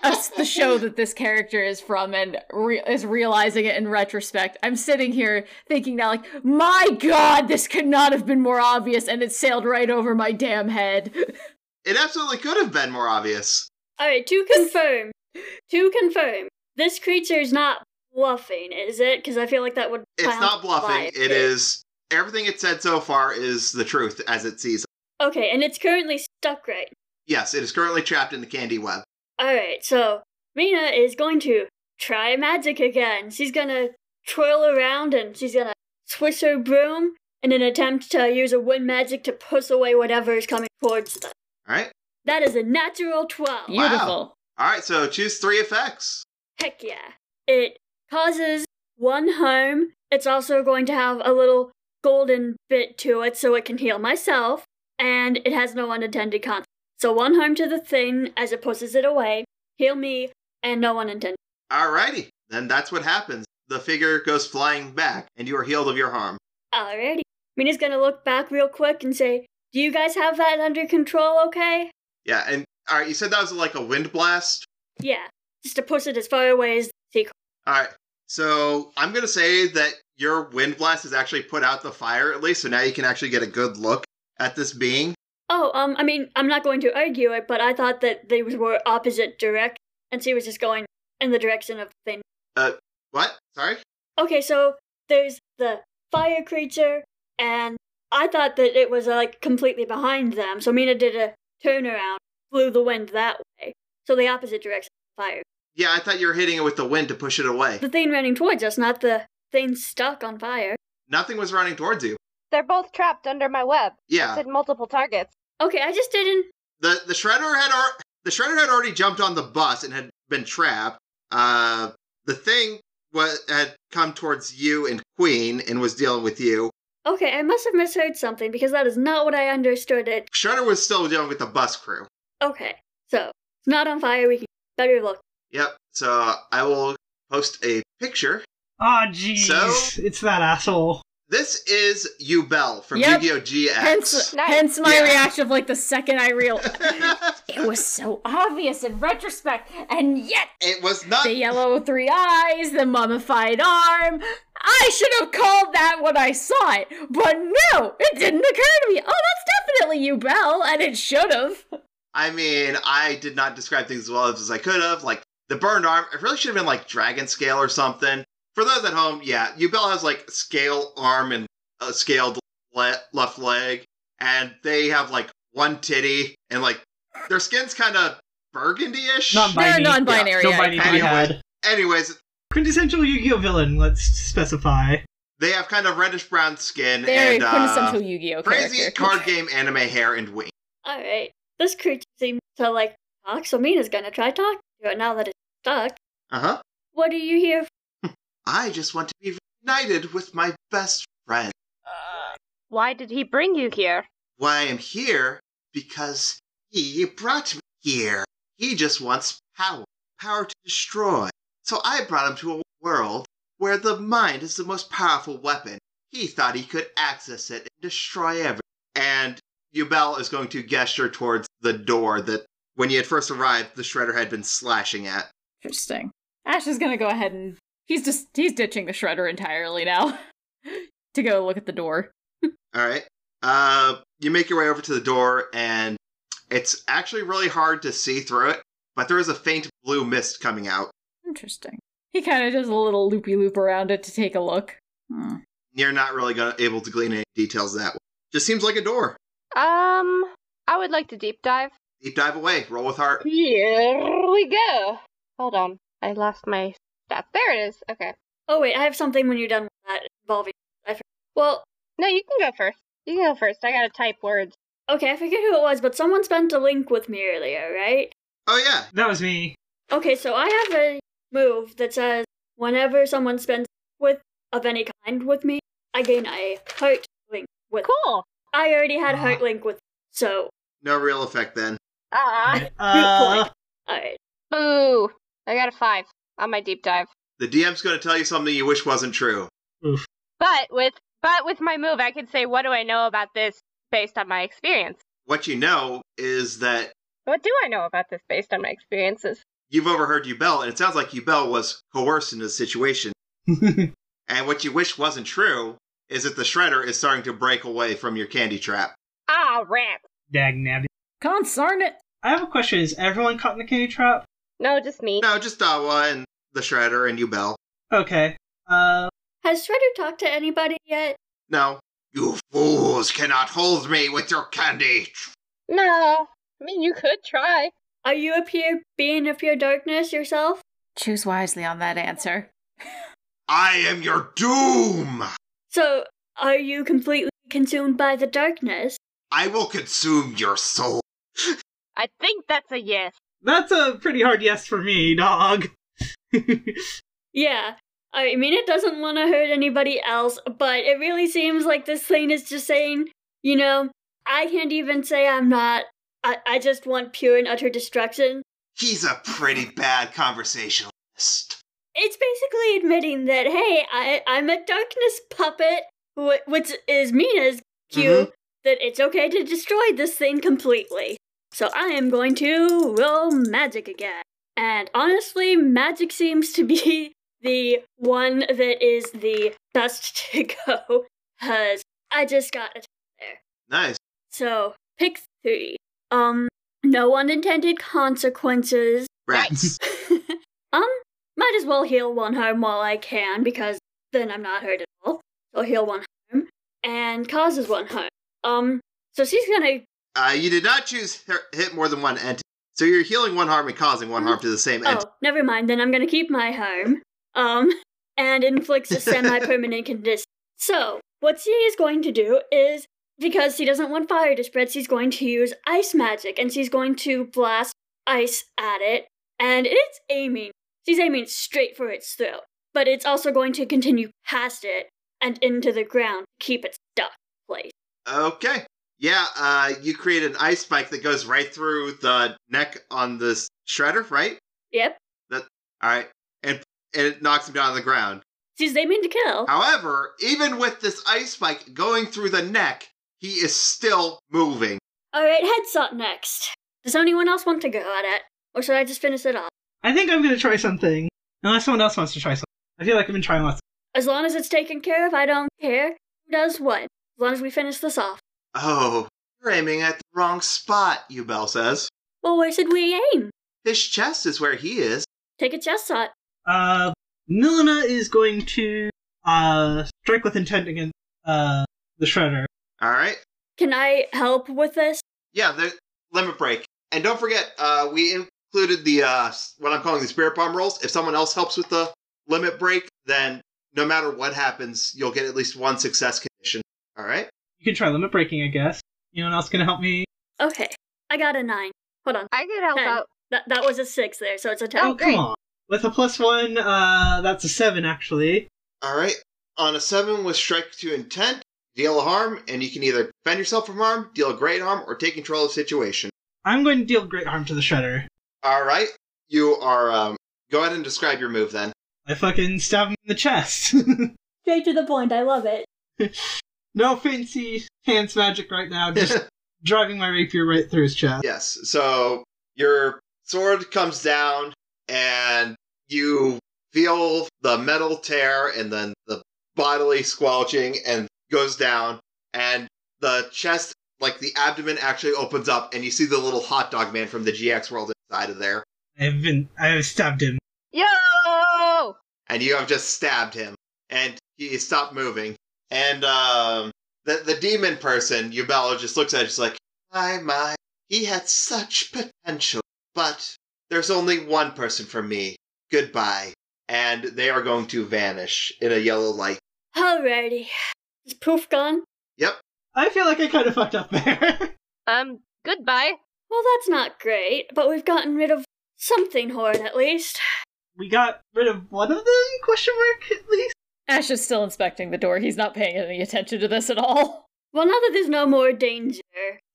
B: us the show that this character is from and re- is realizing it in retrospect, I'm sitting here thinking now, like, my god, this could not have been more obvious, and it sailed right over my damn head.
A: It absolutely could have been more obvious.
H: All right, to confirm, to confirm, this creature is not bluffing, is it? Because I feel like that would.
A: It's
H: sound
A: not bluffing.
H: biased.
A: It is everything it said so far is the truth as it sees. it.
H: Okay, and it's currently stuck right.
A: Yes, it is currently trapped in the candy web.
H: All right, so Mina is going to try magic again. She's gonna twirl around and she's gonna swish her broom in an attempt to use a wind magic to push away whatever is coming towards them.
A: All right.
H: That is a natural twelve.
A: Wow.
B: Beautiful.
A: All right. So choose three effects.
H: Heck yeah. It causes one harm. It's also going to have a little golden bit to it so it can heal myself. And it has no unintended consequence. So one harm to the thing as it pushes it away, heal me, and no unintended.
A: All righty. Then that's what happens. The figure goes flying back, and you are healed of your harm.
H: Alrighty. Mina's gonna look back real quick and say, Do you guys have that under control, okay?
A: Yeah. And all right, you said that was like a wind blast.
H: Yeah. Just to push it as far away as she can.
A: All right. So I'm gonna say that your wind blast has actually put out the fire at least. So now you can actually get a good look at this being.
H: Oh, um, I mean, I'm not going to argue it, but I thought that they were opposite direct, and she was just going in the direction of the thing.
A: What? Sorry.
H: Okay, so there's the fire creature, and I thought that it was like completely behind them. So Mina did a turnaround, blew the wind that way, so the opposite direction of fire.
A: Yeah, I thought you were hitting it with the wind to push it away.
H: The thing running towards us, not the thing stuck on fire.
A: Nothing was running towards you.
C: They're both trapped under my web.
A: Yeah.
C: Said multiple targets.
H: Okay, I just didn't
A: the the shredder had ar- the shredder had already jumped on the bus and had been trapped. Uh, the thing was had come towards you and Queen and was dealing with you.
H: Okay, I must have misheard something because that is not what I understood it.
A: Shredder was still dealing with the bus crew.
H: Okay, so it's not on fire. We can better look.
A: Yep. So I will post a picture.
D: Ah, jeez.
A: So?
D: It's that asshole.
A: This is Ubel from
B: Yep.
A: Yu-Gi-Oh! GX.
B: Hence,
C: Nice.
B: hence my
A: Yeah.
B: reaction of like the second I real. it was so obvious in retrospect, and yet
A: it was not.
B: the yellow three eyes, the mummified arm. I should have called that when I saw it, but no, it didn't occur to me. Oh, that's definitely you, Belle, and it should have.
A: I mean, I did not describe things as well as I could have. Like the burned arm, it really should have been like dragon scale or something. For those at home, yeah, Ubel has like scale arm and a scaled le- left leg, and they have like one titty and like their skin's kind of burgundy-ish.
D: Not
B: They're
D: Biney.
B: non-binary.
D: No
B: I
D: biting
B: kind
D: we
B: of-
D: had.
A: Anyways,
D: Quintessential Yu-Gi-Oh villain. Let's specify.
A: they have kind of reddish brown skin
B: Very
A: and uh,
B: quintessential Yu-Gi-Oh
A: crazy
B: character.
A: card game anime hair and wings.
H: All right, this creature seems to like talk, so Mina's gonna try talking to it now that it's stuck.
A: Uh huh.
H: What do you hear?
A: I just want to be reunited with my best friend.
C: Uh, Why did he bring you here?
A: Why I'm here? Because he brought me here. He just wants power, power to destroy. So I brought him to a world where the mind is the most powerful weapon. He thought he could access it and destroy everything. And Yubel is going to gesture towards the door that, when you had first arrived, the Shredder had been slashing at.
B: Interesting. Ash is gonna go ahead and he's just he's ditching the shredder entirely now to go look at the door.
A: All right. Uh, you make your way over to the door, and it's actually really hard to see through it, but there is a faint blue mist coming out.
B: Interesting. He kind of does a little loopy loop around it to take a look. Hmm.
A: You're not really gonna able to glean any details that way. Just seems like a door.
C: Um, I would like to deep dive.
A: Deep dive away. Roll with heart.
C: Here we go. Hold on, I lost my stats. There it is. Okay.
H: Oh wait, I have something when you're done with that involving. I for- well,
C: No, you can go first. You can go first. I gotta type words.
H: okay, I forget who it was, but someone spent a link with me earlier, right?
A: Oh yeah.
D: That was me.
H: Okay, so I have a move that says whenever someone spends with of any kind with me, I gain a heart link with.
C: Cool.
H: I already had heart link with, so
A: No real effect then.
C: Ah.
D: Uh,
H: all right.
C: Boo. I got a five on my deep dive.
A: The DM's gonna tell you something you wish wasn't true.
C: But with but with my move, I can say what do I know about this based on my experience.
A: What you know is that
C: What do I know about this based on my experiences?
A: you've overheard Ubel, and it sounds like Ubel was coerced into the situation. And what you wish wasn't true is that the shredder is starting to break away from your candy trap.
C: Ah, rats.
D: dag nabbit.
B: Concern it.
D: I have a question. Is everyone caught in the candy trap?
C: No, just me.
A: No, just Dawa and the Shredder and Ubel.
D: Okay. Uh,
H: Has Shredder talked to anybody yet?
A: No. You fools cannot hold me with your candy.
C: No. I mean, you could try.
H: Are you a pure being of pure darkness yourself?
B: Choose wisely on that answer.
A: I am your doom.
H: So are you completely consumed by the darkness?
A: I will consume your soul.
C: I think that's a yes.
D: that's a pretty hard yes for me, dog.
H: Yeah. I mean, it doesn't want to hurt anybody else, but it really seems like this thing is just saying, you know, I can't even say I'm not. I, I just want pure and utter destruction.
A: He's a pretty bad conversationalist.
H: It's basically admitting that, hey, I, I'm a darkness puppet, wh- which is Mina's cue,
A: Mhm.
H: that it's okay to destroy this thing completely. So I am going to roll magic again. And honestly, magic seems to be the one that is the best to go, because I just got a.
A: Nice.
H: So, pick three. Um, no unintended consequences.
A: Rats.
H: um, might as well heal one harm while I can because then I'm not hurt at all. So heal one harm and causes one harm. Um, so she's gonna.
A: uh, you did not choose her- hit more than one entity. So you're healing one harm and causing one harm to the same
H: Oh,
A: entity.
H: never mind. Then I'm gonna keep my harm. Um, and inflicts a semi-permanent condition. So what she is going to do is because he doesn't want fire to spread, she's going to use ice magic and she's going to blast ice at it. And it's aiming. She's aiming straight for its throat, but it's also going to continue past it and into the ground, keep it stuck in place.
A: Okay. Yeah, uh, you create an ice spike that goes right through the neck on this shredder, right?
H: Yep.
A: All right. And, and it knocks him down on the ground.
H: She's aiming to kill.
A: However, even with this ice spike going through the neck, he is still moving.
H: All right, headshot next. Does anyone else want to go at it, or should I just finish it off?
D: I think I'm gonna try something. Unless someone else wants to try something. I feel like I've been trying lots.
H: As long as it's taken care of, I don't care who does what. As long as we finish this off.
A: Oh, you're aiming at the wrong spot, Ubel says.
H: Well, where should we aim?
A: His chest is where he is.
H: Take a chest shot.
D: Uh, Milena is going to uh strike with intent against uh the shredder.
A: All right.
H: Can I help with this?
A: Yeah, there, limit break. And don't forget, uh, we included the uh, s- what I'm calling the spirit bomb rolls. If someone else helps with the limit break, then no matter what happens, you'll get at least one success condition. All right.
D: You can try limit breaking, I guess. Anyone else gonna help me?
H: Okay, I got a nine. Hold on,
C: I could help
H: Ten.
C: out.
H: that that was a six there, so it's a ten.
C: Oh, great.
D: Come on. With a plus one, uh, that's a seven actually.
A: All right. On a seven with strike to intent, deal a harm, and you can either defend yourself from harm, deal a great harm, or take control of the situation.
D: I'm going to deal great harm to the shredder.
A: All right. You are. Um, go ahead and describe your move then.
D: I fucking stab him in the chest.
H: Straight to the point. I love it.
D: no fancy hands magic right now. Just driving my rapier right through his chest.
A: Yes. So your sword comes down and you feel the metal tear and then the bodily squelching and goes down and the chest like the abdomen actually opens up and you see the little hot dog man from the GX world inside of there
D: I've been. I've stabbed him.
C: Yo!
A: and you have just stabbed him and he stopped moving and um the the demon person Yubello just looks at it just like my my he had such potential but there's only one person for me goodbye and they are going to vanish in a yellow light
H: Alrighty, is poof gone?
D: I feel like I kind of fucked up there.
C: Um, goodbye.
H: Well, that's not great, but we've gotten rid of something horrid at least.
D: we got rid of one of them? Question mark at least.
B: Ash is still inspecting the door. He's not paying any attention to this at all.
H: Well, now that there's no more danger,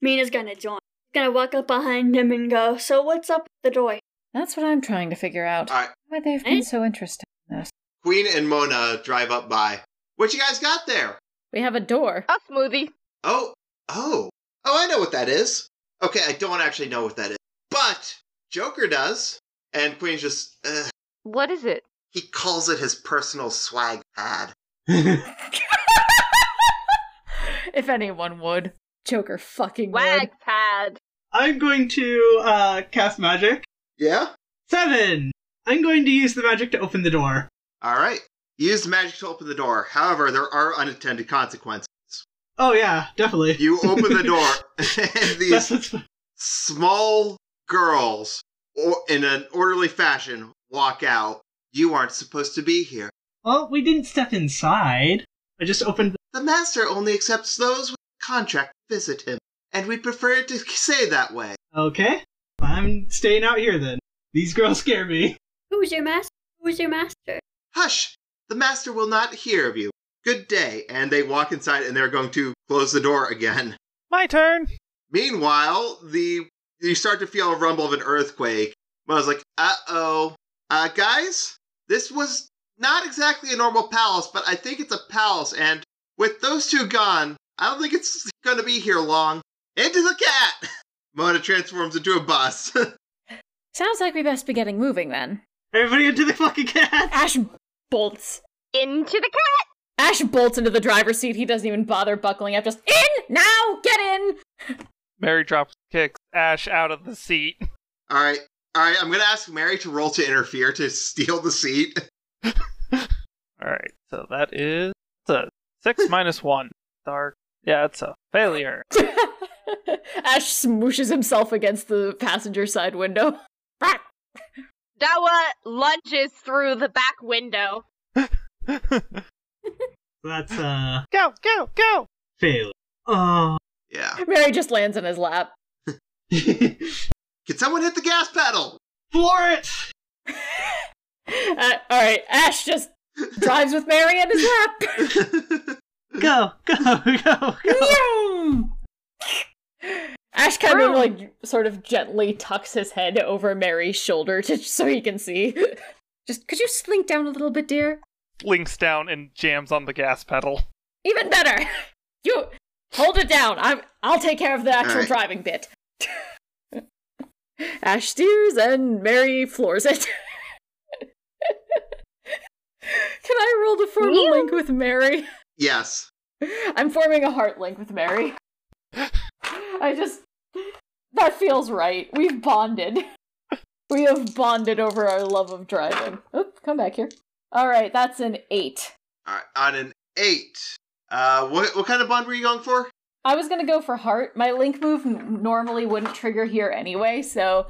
H: Mina's gonna join. Gonna walk up behind him and go, So what's up with the door?
B: That's what I'm trying to figure out.
A: All right.
B: Why they've
H: Eh?
B: been so interested in this.
A: Queen and Mona drive up by what you guys got there
B: We have a door.
C: A smoothie.
A: oh oh oh I know what that is okay I don't actually know what that is but Joker does and Queen's just uh,
C: What is it?
A: He calls it his personal swag pad.
B: if anyone would. Joker fucking
C: Wag
B: would.
C: pad.
D: I'm going to uh, cast magic.
A: Yeah?
D: Seven. I'm going to use the magic to open the door.
A: All right. You use magic to open the door. However, there are unintended consequences.
D: Oh yeah, definitely.
A: You open the door, and
D: That's
A: these
D: what's
A: small girls, or, in an orderly fashion, walk out. You aren't supposed to be here.
D: Well, we didn't step inside. I just opened.
A: The master only accepts those with a contract to visit him, and we'd prefer it to stay that way.
D: Okay. I'm staying out here then. These girls scare me.
H: Who's your master? Who's your master?
A: Hush! The master will not hear of you. Good day. And they walk inside, and they're going to close the door again.
E: My turn.
A: Meanwhile, the you start to feel a rumble of an earthquake. I was like, "Uh oh, uh guys, this was not exactly a normal palace, but I think it's a palace, and with those two gone, I don't think it's going to be here long." Into the cat. Mona transforms into a bus.
B: Sounds like we best be getting moving then.
D: Everybody into the fucking cat.
B: Ash bolts.
C: Into the cat!
B: Ash bolts into the driver's seat. He doesn't even bother buckling up. Just in now, get in.
E: Mary drops kicks Ash out of the seat.
A: all right, all right. I'm going to ask Mary to roll to interfere to steal the seat.
E: All right, so that is it's a six minus one. Dark. Yeah, it's a failure.
B: Ash smooshes himself against the passenger side window. Brat.
C: Dawa lunges through the back window.
E: go,
D: That's uh
E: go, go!
D: fail. Oh.
A: Yeah.
B: Mary just lands in his lap.
A: Can someone hit the gas pedal?
D: For it!
B: Uh, all right, Ash just drives with Mary in his lap.
D: Go, go, go, go.
B: Meow. Ash kind of like sort of gently tucks his head over Mary's shoulder to, so he can see. Just could you slink down a little bit, dear?
E: Links down and jams on the gas pedal.
B: Even better. You hold it down. I'm I'll take care of the actual
A: right.
B: driving bit. Ash steers and Mary floors it. Can I roll to form a link with Mary?
A: yes.
B: I'm forming a heart link with Mary. I just that feels right. We've bonded. We have bonded over our love of driving. Oop, come back here. All right, that's an 8.
A: All right, on an eight. Uh, what what kind of bond were you going for?
B: I was gonna go for heart. My link move n- normally wouldn't trigger here anyway, so.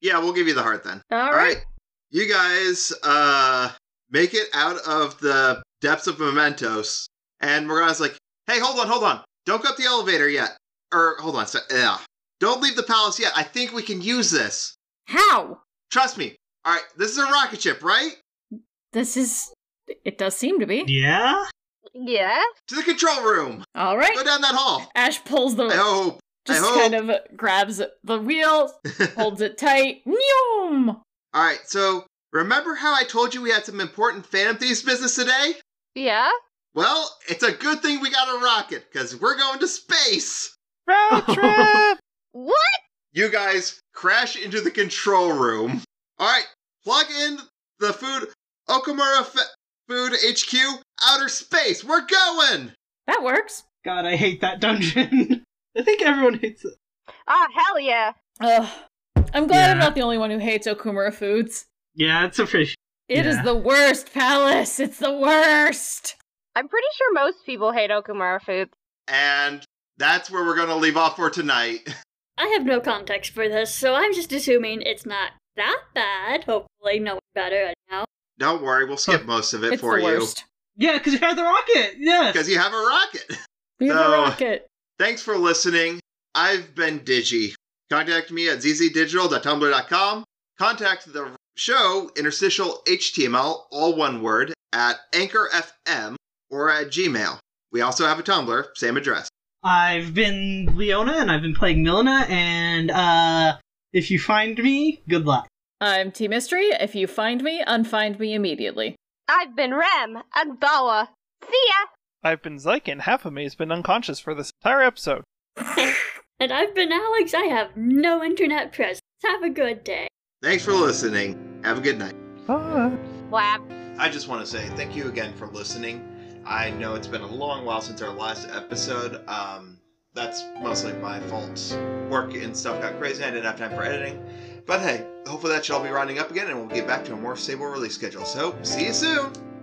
A: Yeah, we'll give you the heart then.
B: All
A: All right. You guys uh make it out of the depths of mementos. And Morgana's like, hey, hold on, hold on. Don't go up the elevator yet. Or hold on, so, yeah. Don't leave the palace yet. I think we can use this.
B: How?
A: Trust me. Alright, this is a rocket ship, right?
B: This is. It does seem to be.
D: Yeah?
C: Yeah.
A: To the control room.
B: All
A: Go
B: right.
A: down that hall.
B: Ash pulls the.
A: I hope.
B: just
A: hope.
B: kind of grabs the wheel, holds it tight. Meow!
A: Alright, so remember how I told you we had some important Phantom Thieves business today?
C: Yeah.
A: Well, it's a good thing we got a rocket, because we're going to space!
E: Road
D: Oh.
E: trip!
C: What?
A: you guys crash into the control room. All right, plug in the food Okamura Fe- Food HQ outer space. We're going.
B: That works.
D: God, I hate that dungeon. I think everyone hates it.
C: Oh hell yeah.
B: Ugh. I'm glad I'm
D: Yeah.
B: not the only one who hates Okumura Foods.
D: Yeah, it's a pretty.
B: It is
D: Yeah.
B: the worst palace. It's the worst.
C: I'm pretty sure most people hate Okumura food.
A: And that's where we're going to leave off for tonight.
H: I have no context for this, so I'm just assuming it's not that bad. Hopefully, no one better now.
A: Don't worry, we'll skip most of it
B: it's
A: for
B: the
A: you
B: worst.
D: Yeah, because you had the rocket! Yes!
A: because you have a rocket.
B: We have a
A: No.
B: rocket.
A: Thanks for listening. I've been Digi. Contact me at zzdigital.tumblr.com. Contact the show interstitial HTML, all one word, at Anchor FM or at Gmail. We also have a Tumblr, same address.
D: I've been Leona, and I've been playing Milena, and uh, if you find me, good luck.
B: I'm T Mystery. If you find me, unfind me immediately.
C: I've been Rem and Dawa. See ya.
E: I've been Zyke and half of me has been unconscious for this entire episode.
H: And I've been Alex. I have no internet presence. Have a good day.
A: Thanks for listening. Have a good night.
E: Bye.
C: Blab.
A: I just want to say thank you again for listening. I know it's been a long while since our last episode. Um, that's mostly my fault. Work and stuff got crazy. I didn't have time for editing. But hey, hopefully that should all be rounding up again and we'll get back to a more stable release schedule. So, see you soon!